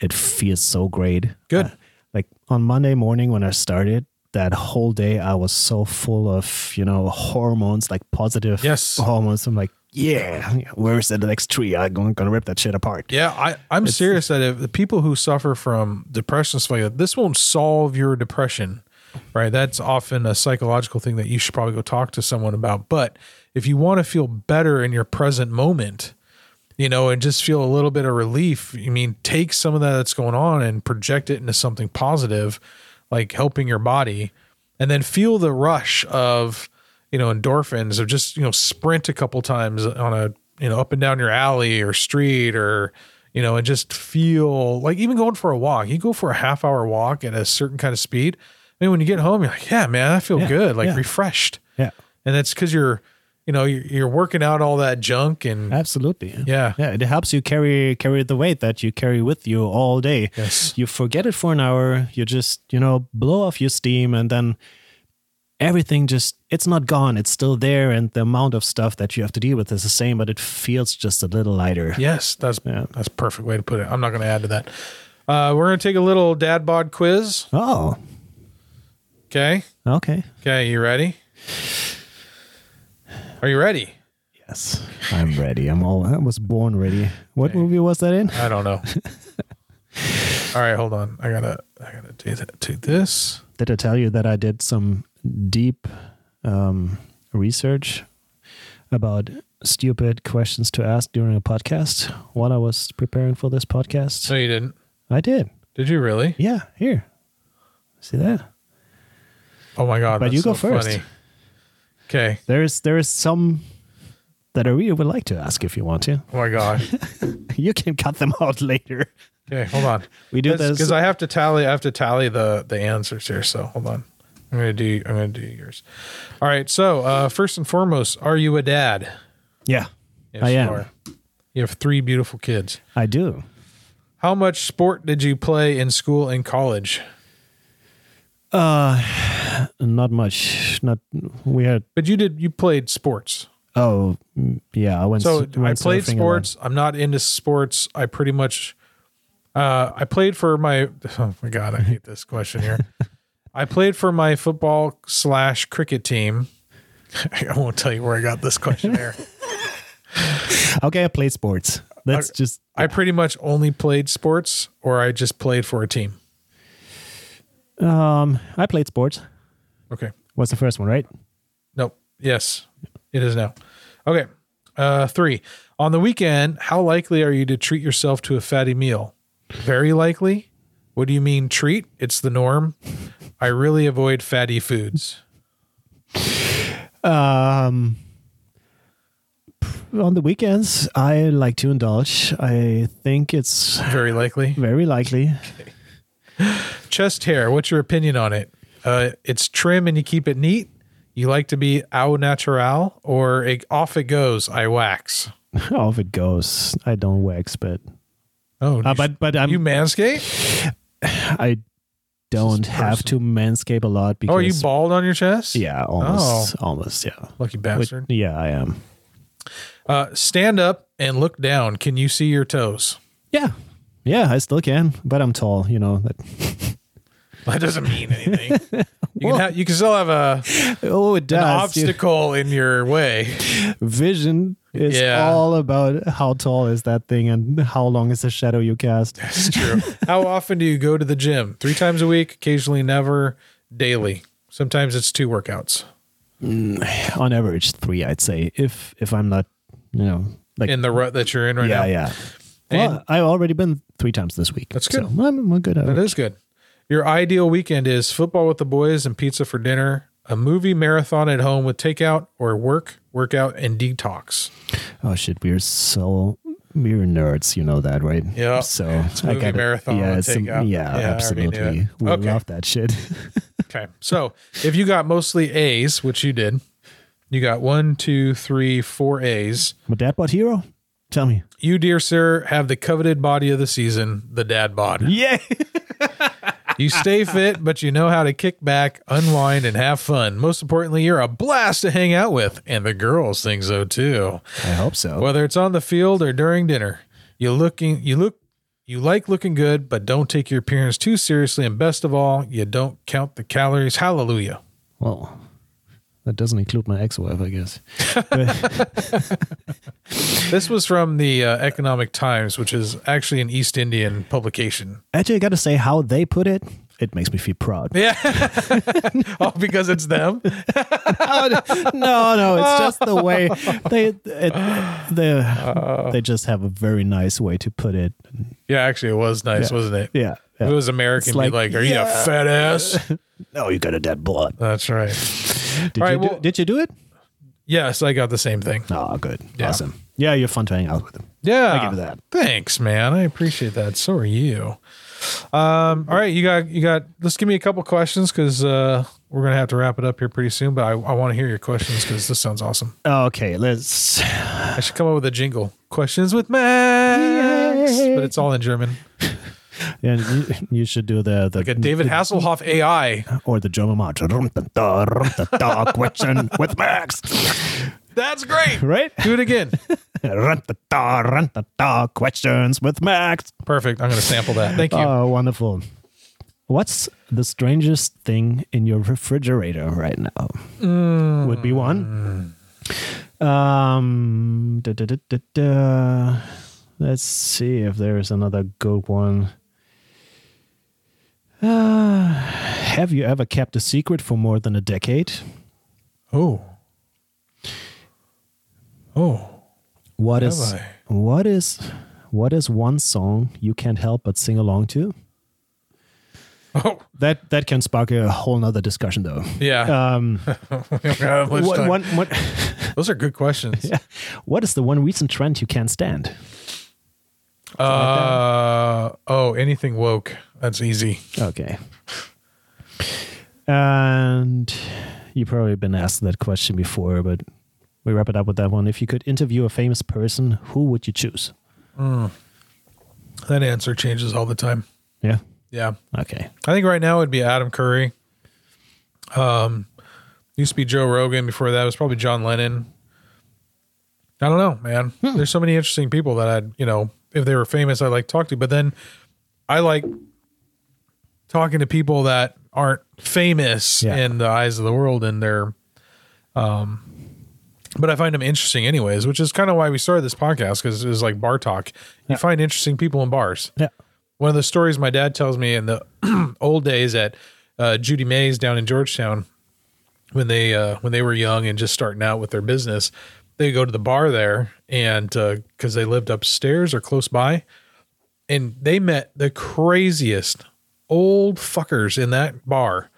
[SPEAKER 2] It feels so great.
[SPEAKER 1] Good.
[SPEAKER 2] Uh, like on Monday morning when I started, that whole day I was so full of, you know, hormones, like positive
[SPEAKER 1] Yes.
[SPEAKER 2] hormones. I'm like, yeah, where's the next tree? I'm going to rip that shit apart.
[SPEAKER 1] Yeah, I, I'm serious that if the people who suffer from depression, stuff like that, this won't solve your depression, right? That's often a psychological thing that you should probably go talk to someone about. But if you want to feel better in your present moment, you know, and just feel a little bit of relief, I mean, take some of that that's going on and project it into something positive, like helping your body, and then feel the rush of, you know, endorphins of just, you know, sprint a couple times on a, you know, up and down your alley or street or, you know, and just feel like even going for a walk, you go for a half hour walk at a certain kind of speed. I mean, when you get home, you're like, yeah, man, I feel
[SPEAKER 2] Yeah,
[SPEAKER 1] good, like
[SPEAKER 2] yeah.
[SPEAKER 1] refreshed.
[SPEAKER 2] Yeah,
[SPEAKER 1] And that's because you're, you know, you're, you're working out all that junk and
[SPEAKER 2] absolutely.
[SPEAKER 1] yeah.
[SPEAKER 2] Yeah, it helps you carry carry the weight that you carry with you all day.
[SPEAKER 1] Yes.
[SPEAKER 2] You forget it for an hour, you just, you know, blow off your steam and then everything just it's not gone, it's still there and the amount of stuff that you have to deal with is the same, but it feels just a little lighter.
[SPEAKER 1] Yes, that's
[SPEAKER 2] Yeah.
[SPEAKER 1] that's a perfect way to put it. I'm not going to add to that. Uh, we're going to take a little dad bod quiz.
[SPEAKER 2] Oh,
[SPEAKER 1] Okay.
[SPEAKER 2] okay.
[SPEAKER 1] Okay. You ready? Are you ready?
[SPEAKER 2] Yes. I'm ready. I'm all I was born ready. What movie was that in?
[SPEAKER 1] I don't
[SPEAKER 2] [laughs]
[SPEAKER 1] know. All right, hold on. I gotta I gotta do that to this.
[SPEAKER 2] Did I tell you that I did some deep um, research about stupid questions to ask during a podcast while I was preparing for this podcast?
[SPEAKER 1] No, you didn't.
[SPEAKER 2] I did.
[SPEAKER 1] Did you really?
[SPEAKER 2] Yeah, here. See that?
[SPEAKER 1] Oh my god.
[SPEAKER 2] But
[SPEAKER 1] that's
[SPEAKER 2] you go
[SPEAKER 1] so
[SPEAKER 2] first.
[SPEAKER 1] Funny. Okay.
[SPEAKER 2] There is there is some that I really would like to ask if you want to. [laughs]
[SPEAKER 1] Oh my god.
[SPEAKER 2] You can cut them out later.
[SPEAKER 1] Okay, hold on.
[SPEAKER 2] We do this-
[SPEAKER 1] because I have to tally. I have to tally the the answers here. So hold on. I'm gonna do. I'm gonna do yours. All right. So uh, first and foremost, are you a dad?
[SPEAKER 2] Yeah.
[SPEAKER 1] Yes,
[SPEAKER 2] I
[SPEAKER 1] you
[SPEAKER 2] am.
[SPEAKER 1] are. You have three beautiful kids.
[SPEAKER 2] I do.
[SPEAKER 1] How much sport did you play in school and college?
[SPEAKER 2] Uh, Not much. Not we had
[SPEAKER 1] But you did. You played sports.
[SPEAKER 2] oh mm, yeah, I went
[SPEAKER 1] So
[SPEAKER 2] s-
[SPEAKER 1] I
[SPEAKER 2] went
[SPEAKER 1] played
[SPEAKER 2] surfing and
[SPEAKER 1] sports. I'm not into sports. I pretty much. Uh, I played for my. [laughs] Oh my god! I hate this question here. I played for my football slash cricket team. [laughs] I won't tell you where I got this question here.
[SPEAKER 2] went- Okay, I played sports. That's just
[SPEAKER 1] I pretty much only played sports, or I just played for a team.
[SPEAKER 2] Um, I played sports.
[SPEAKER 1] Okay.
[SPEAKER 2] What's the first one, right?
[SPEAKER 1] Nope. Yes, it is now. Okay. Uh, three. On the weekend, how likely are you to treat yourself to a fatty meal? Very likely. What do you mean treat? It's the norm. I really avoid fatty foods.
[SPEAKER 2] Um, on the weekends, I like to indulge. I think it's
[SPEAKER 1] Very likely.
[SPEAKER 2] very likely. [laughs]
[SPEAKER 1] Chest hair. What's your opinion on it? Uh, it's trim and you keep it neat. You like to be au natural, or it, off it goes. I wax.
[SPEAKER 2] Off it goes. I don't wax, but
[SPEAKER 1] Oh,
[SPEAKER 2] uh,
[SPEAKER 1] you-
[SPEAKER 2] but but I'm,
[SPEAKER 1] you manscape?
[SPEAKER 2] I don't have to manscape a lot because
[SPEAKER 1] Oh, are you bald on your chest?
[SPEAKER 2] yeah, almost, almost, yeah.
[SPEAKER 1] Lucky
[SPEAKER 2] But-
[SPEAKER 1] bastard.
[SPEAKER 2] yeah, I am.
[SPEAKER 1] Uh, stand up and look down. Can you see your toes? [laughs]
[SPEAKER 2] Yeah, yeah, I still can, but I'm tall. You know [laughs] that.
[SPEAKER 1] That doesn't mean
[SPEAKER 2] [laughs]
[SPEAKER 1] anything. you, can ha- you can still have a
[SPEAKER 2] Oh, it
[SPEAKER 1] an
[SPEAKER 2] does. dude.
[SPEAKER 1] obstacle in your
[SPEAKER 2] [laughs]
[SPEAKER 1] way.
[SPEAKER 2] vision is
[SPEAKER 1] Yeah.
[SPEAKER 2] all about how tall is that thing and how long is the shadow
[SPEAKER 1] [laughs]
[SPEAKER 2] you cast.
[SPEAKER 1] It's true. How often do you go to the gym? Three times a week, occasionally never, daily. Sometimes it's two workouts
[SPEAKER 2] On average, three, I'd say. If if I'm not, you know, like
[SPEAKER 1] in the rut that you're in right
[SPEAKER 2] yeah,
[SPEAKER 1] now.
[SPEAKER 2] yeah.
[SPEAKER 1] And-
[SPEAKER 2] well, I've already been three times this week.
[SPEAKER 1] That's
[SPEAKER 2] so I'm, I'm good. At
[SPEAKER 1] That
[SPEAKER 2] it.
[SPEAKER 1] is good. Your ideal weekend is football with the boys and pizza for dinner, a movie marathon at home with takeout, or work, workout, and detox.
[SPEAKER 2] Oh shit, we're so we're nerds. You know that, right?
[SPEAKER 1] Yeah.
[SPEAKER 2] So I
[SPEAKER 1] movie
[SPEAKER 2] got
[SPEAKER 1] marathon
[SPEAKER 2] Yeah,
[SPEAKER 1] and
[SPEAKER 2] it's some-
[SPEAKER 1] takeout. Yeah, I
[SPEAKER 2] yeah,
[SPEAKER 1] already knew
[SPEAKER 2] absolutely.
[SPEAKER 1] it.
[SPEAKER 2] We
[SPEAKER 1] Okay.
[SPEAKER 2] love that shit. [laughs]
[SPEAKER 1] Okay. So if you got mostly A's, which you did, you got one, two, three, four A's.
[SPEAKER 2] My dad bought Hero.
[SPEAKER 1] [laughs]
[SPEAKER 2] Tell me.
[SPEAKER 1] You, dear sir, have the coveted body of the season, the dad bod.
[SPEAKER 2] Yeah.
[SPEAKER 1] You stay fit, but you know how to kick back, unwind, and have fun. Most importantly, you're a blast to hang out with, and the girls think so too.
[SPEAKER 2] I hope so.
[SPEAKER 1] Whether it's on the field or during dinner, you looking you look you like looking good, but don't take your appearance too seriously, and best of all, you don't count the calories. Hallelujah.
[SPEAKER 2] Well, that doesn't include my ex-wife, I guess.
[SPEAKER 1] This was from the uh, Economic Times, which is actually an East Indian publication. [laughs]
[SPEAKER 2] Actually, I got to say how they put it. It makes me feel proud.
[SPEAKER 1] Yeah, all Oh, because it's them.
[SPEAKER 2] no, no, it's just the
[SPEAKER 1] [laughs]
[SPEAKER 2] way they it, they
[SPEAKER 1] Uh.
[SPEAKER 2] they just have a very nice way to put it.
[SPEAKER 1] Yeah, actually, it was nice,
[SPEAKER 2] Yeah.
[SPEAKER 1] wasn't it?
[SPEAKER 2] Yeah.
[SPEAKER 1] If it
[SPEAKER 2] yeah.
[SPEAKER 1] was American,
[SPEAKER 2] It's
[SPEAKER 1] like,
[SPEAKER 2] like,
[SPEAKER 1] be like, "Are you a
[SPEAKER 2] yeah.
[SPEAKER 1] fat ass?"
[SPEAKER 2] No, Oh, you got a dead blood.
[SPEAKER 1] That's right.
[SPEAKER 2] Did
[SPEAKER 1] All
[SPEAKER 2] you
[SPEAKER 1] right,
[SPEAKER 2] do,
[SPEAKER 1] well-
[SPEAKER 2] did you do it?
[SPEAKER 1] Yes, I got the same thing.
[SPEAKER 2] Oh, good.
[SPEAKER 1] Yeah.
[SPEAKER 2] Awesome. Yeah, you're fun to hang out with them.
[SPEAKER 1] Yeah,
[SPEAKER 2] I give you that.
[SPEAKER 1] Thanks, man. I appreciate that. So are you. Um, all right, you got you got. Let's give me a couple questions because uh, we're gonna have to wrap it up here pretty soon. But I, I want to hear your questions because this sounds awesome.
[SPEAKER 2] Okay, let's
[SPEAKER 1] I should come up with a jingle. Questions with Max, but it's all in German,
[SPEAKER 2] and you, you should do the the
[SPEAKER 1] like a David Hasselhoff AI.
[SPEAKER 2] or the German march. Rum, da, da, rum, da, da, Question with Max.
[SPEAKER 1] That's great.
[SPEAKER 2] [laughs] Right?
[SPEAKER 1] Do it again.
[SPEAKER 2] Run da, da, run, da, da, questions with Max.
[SPEAKER 1] Perfect. I'm gonna sample that. Thank you.
[SPEAKER 2] Oh, wonderful. What's the strangest thing in your refrigerator right now? Would be one. Um, da, da, da, da, da. Let's see if there's another good one. Uh, have you ever kept a secret for more than a decade?
[SPEAKER 1] oh. Oh.
[SPEAKER 2] What
[SPEAKER 1] Have
[SPEAKER 2] is
[SPEAKER 1] I?
[SPEAKER 2] what is what is one song you can't help but sing along to?
[SPEAKER 1] Oh.
[SPEAKER 2] That that can spark a whole nother discussion, though.
[SPEAKER 1] Yeah.
[SPEAKER 2] Um,
[SPEAKER 1] [laughs] We don't have much
[SPEAKER 2] what,
[SPEAKER 1] time.
[SPEAKER 2] one, what,
[SPEAKER 1] Those are good questions.
[SPEAKER 2] [laughs] what is the one recent trend you can't stand?
[SPEAKER 1] Uh, oh, anything woke. That's easy.
[SPEAKER 2] Okay. And you've probably been asked that question before, but we wrap it up with that one. If you could interview a famous person, who would you choose?
[SPEAKER 1] That answer changes all the time.
[SPEAKER 2] Yeah.
[SPEAKER 1] Yeah.
[SPEAKER 2] Okay.
[SPEAKER 1] I think right now it'd be Adam Curry. Um, used to be Joe Rogan. Before that, it was probably John Lennon. I don't know, man. There's so many interesting people that I'd, you know, if they were famous, I'd like to talk to. But then I like talking to people that aren't famous
[SPEAKER 2] Yeah.
[SPEAKER 1] in the eyes of the world and they're, um, but I find them interesting anyways, which is kind of why we started this podcast because it was like bar talk. You find interesting people in bars
[SPEAKER 2] Yeah.
[SPEAKER 1] one of the stories my dad tells me in the [clears throat] old days at uh, Judy Mays down in Georgetown when they uh, when they were young and just starting out with their business, they go to the bar there and because they lived upstairs or close by, and they met the craziest old fuckers in that bar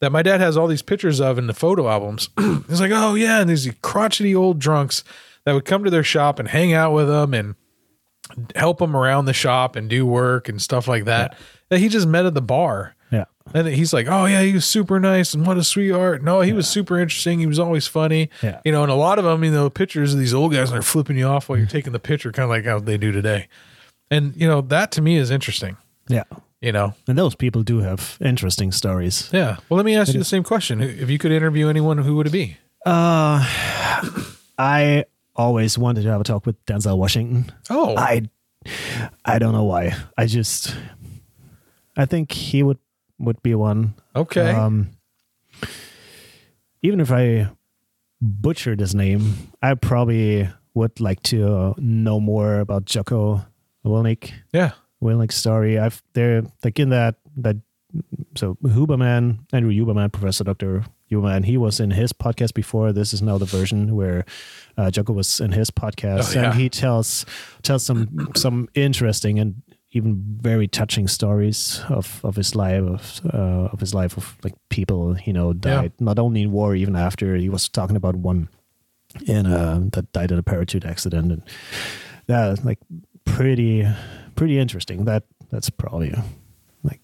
[SPEAKER 1] that my dad has all these pictures of in the photo albums. [clears throat] He's like, oh yeah, and these crotchety old drunks that would come to their shop and hang out with them and help them around the shop and do work and stuff like that that he just met at the bar.
[SPEAKER 2] Yeah.
[SPEAKER 1] And he's like, "Oh yeah, he was super nice and what a sweetheart." No, he was super interesting. He was always funny.
[SPEAKER 2] Yeah.
[SPEAKER 1] You know, and a lot of them, you know, pictures of these old guys and they're flipping you off while you're taking the picture, kind of like how they do today. And you know, that to me is interesting.
[SPEAKER 2] Yeah.
[SPEAKER 1] You know,
[SPEAKER 2] And those people do have interesting stories.
[SPEAKER 1] yeah. Well, let me ask you the same question: Who- If you could interview anyone, who would it be?
[SPEAKER 2] Uh, I always wanted to have a talk with Denzel Washington.
[SPEAKER 1] Oh,
[SPEAKER 2] I I don't know why. I just I think he would would be one.
[SPEAKER 1] okay.
[SPEAKER 2] Um even if I butchered his name, I probably would like to know more about Jocko Willink
[SPEAKER 1] yeah.
[SPEAKER 2] Willink story. I've they're like in that that so Huberman, Andrew Huberman, Professor Doctor Huberman, he was in his podcast before. This is now the version where uh, Jocko was in his podcast,
[SPEAKER 1] Oh, yeah.
[SPEAKER 2] and he tells tells some some interesting and even very touching stories of of his life of uh, of his life of like people you know died not only in war even after he was talking about one in a that died in a parachute accident and yeah like pretty pretty interesting that that's probably like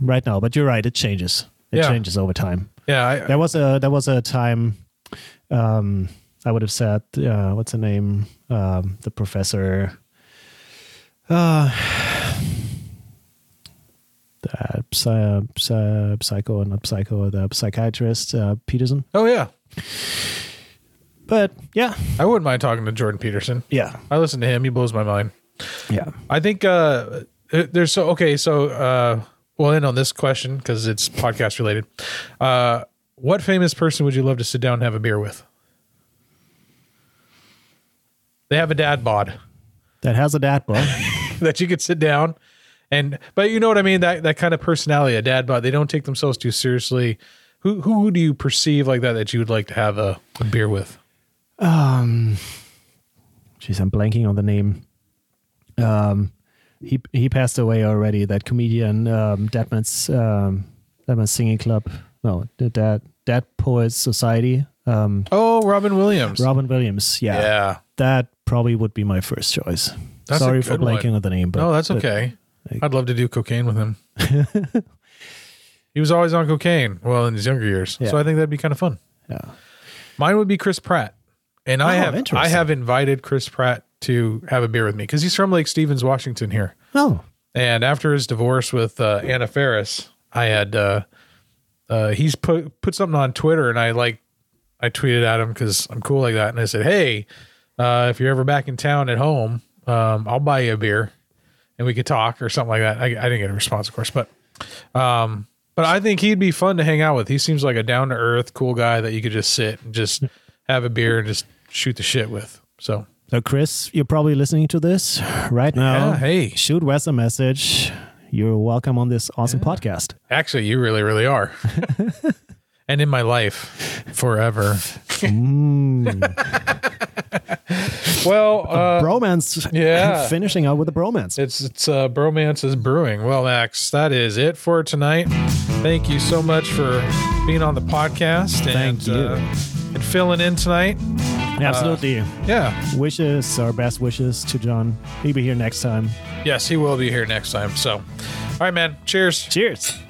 [SPEAKER 2] right now but you're right it changes it
[SPEAKER 1] Yeah.
[SPEAKER 2] changes over time
[SPEAKER 1] Yeah. I,
[SPEAKER 2] there was a there was a time um i would have said uh what's the name um the [sighs] professor uh uh, psy, uh, psy, psycho, not psycho, the psychiatrist uh, Peterson.
[SPEAKER 1] Oh yeah,
[SPEAKER 2] But yeah,
[SPEAKER 1] I wouldn't mind talking to Jordan Peterson.
[SPEAKER 2] yeah,
[SPEAKER 1] I listen to him; he blows my mind.
[SPEAKER 2] yeah.
[SPEAKER 1] I think uh, there's so okay. So uh, we'll end on this question because it's podcast related. Uh, what famous person would you love to sit down and have a beer with? They have a dad bod [laughs]
[SPEAKER 2] That has a dad bod.
[SPEAKER 1] that you could sit down and, but you know what I mean. That that kind of personality, a dad bod. They don't take themselves too seriously. Who who do you perceive like that that you would like to have a, a beer with?
[SPEAKER 2] um, jeez, I'm blanking on the name. Um, he he passed away already. That comedian, um, Deadman's um, Deadman's Singing Club. No, the Dead Dead Poets Society. Um,
[SPEAKER 1] Oh, Robin Williams.
[SPEAKER 2] Robin Williams. Yeah,
[SPEAKER 1] Yeah.
[SPEAKER 2] that probably would be my first choice.
[SPEAKER 1] That's a
[SPEAKER 2] Sorry for
[SPEAKER 1] good one.
[SPEAKER 2] blanking on the name, but
[SPEAKER 1] no, that's
[SPEAKER 2] but-
[SPEAKER 1] okay. I'd love to do cocaine with him. he was always on cocaine. Well, in his younger years,
[SPEAKER 2] Yeah.
[SPEAKER 1] so I think that'd be kind of fun.
[SPEAKER 2] Yeah.
[SPEAKER 1] Mine would be Chris Pratt, and I
[SPEAKER 2] Oh,
[SPEAKER 1] have I
[SPEAKER 2] interesting.
[SPEAKER 1] have invited Chris Pratt to have a beer with me because he's from Lake Stevens, Washington here.
[SPEAKER 2] Oh,
[SPEAKER 1] And after his divorce with uh, Anna Ferris, I had uh, uh, he's put put something on Twitter, and I like I tweeted at him because I'm cool like that, and I said, "Hey, uh, if you're ever back in town at home, um, I'll buy you a beer, and we could talk or something like that." I, I didn't get a response, of course, but um, but I think he'd be fun to hang out with. He seems like a down to earth, cool guy that you could just sit and just have a beer and just shoot the shit with. So
[SPEAKER 2] So, Chris, you're probably listening to this right now.
[SPEAKER 1] Yeah, hey.
[SPEAKER 2] shoot Wes a message. You're welcome on this awesome podcast.
[SPEAKER 1] Actually, you really, really
[SPEAKER 2] [laughs]
[SPEAKER 1] are. and in my life forever.
[SPEAKER 2] Mm.
[SPEAKER 1] well, uh,
[SPEAKER 2] bromance.
[SPEAKER 1] yeah.
[SPEAKER 2] Finishing out with a bromance.
[SPEAKER 1] it's it's uh, bromance is brewing. Well, Max, that is it for tonight. Thank you so much for being on the podcast. And,
[SPEAKER 2] Thank you.
[SPEAKER 1] Uh, and filling in tonight.
[SPEAKER 2] Absolutely.
[SPEAKER 1] Yeah.
[SPEAKER 2] wishes, our best wishes to John. He'll be here next time.
[SPEAKER 1] Yes, he will be here next time. So, all right, man. Cheers.
[SPEAKER 2] Cheers.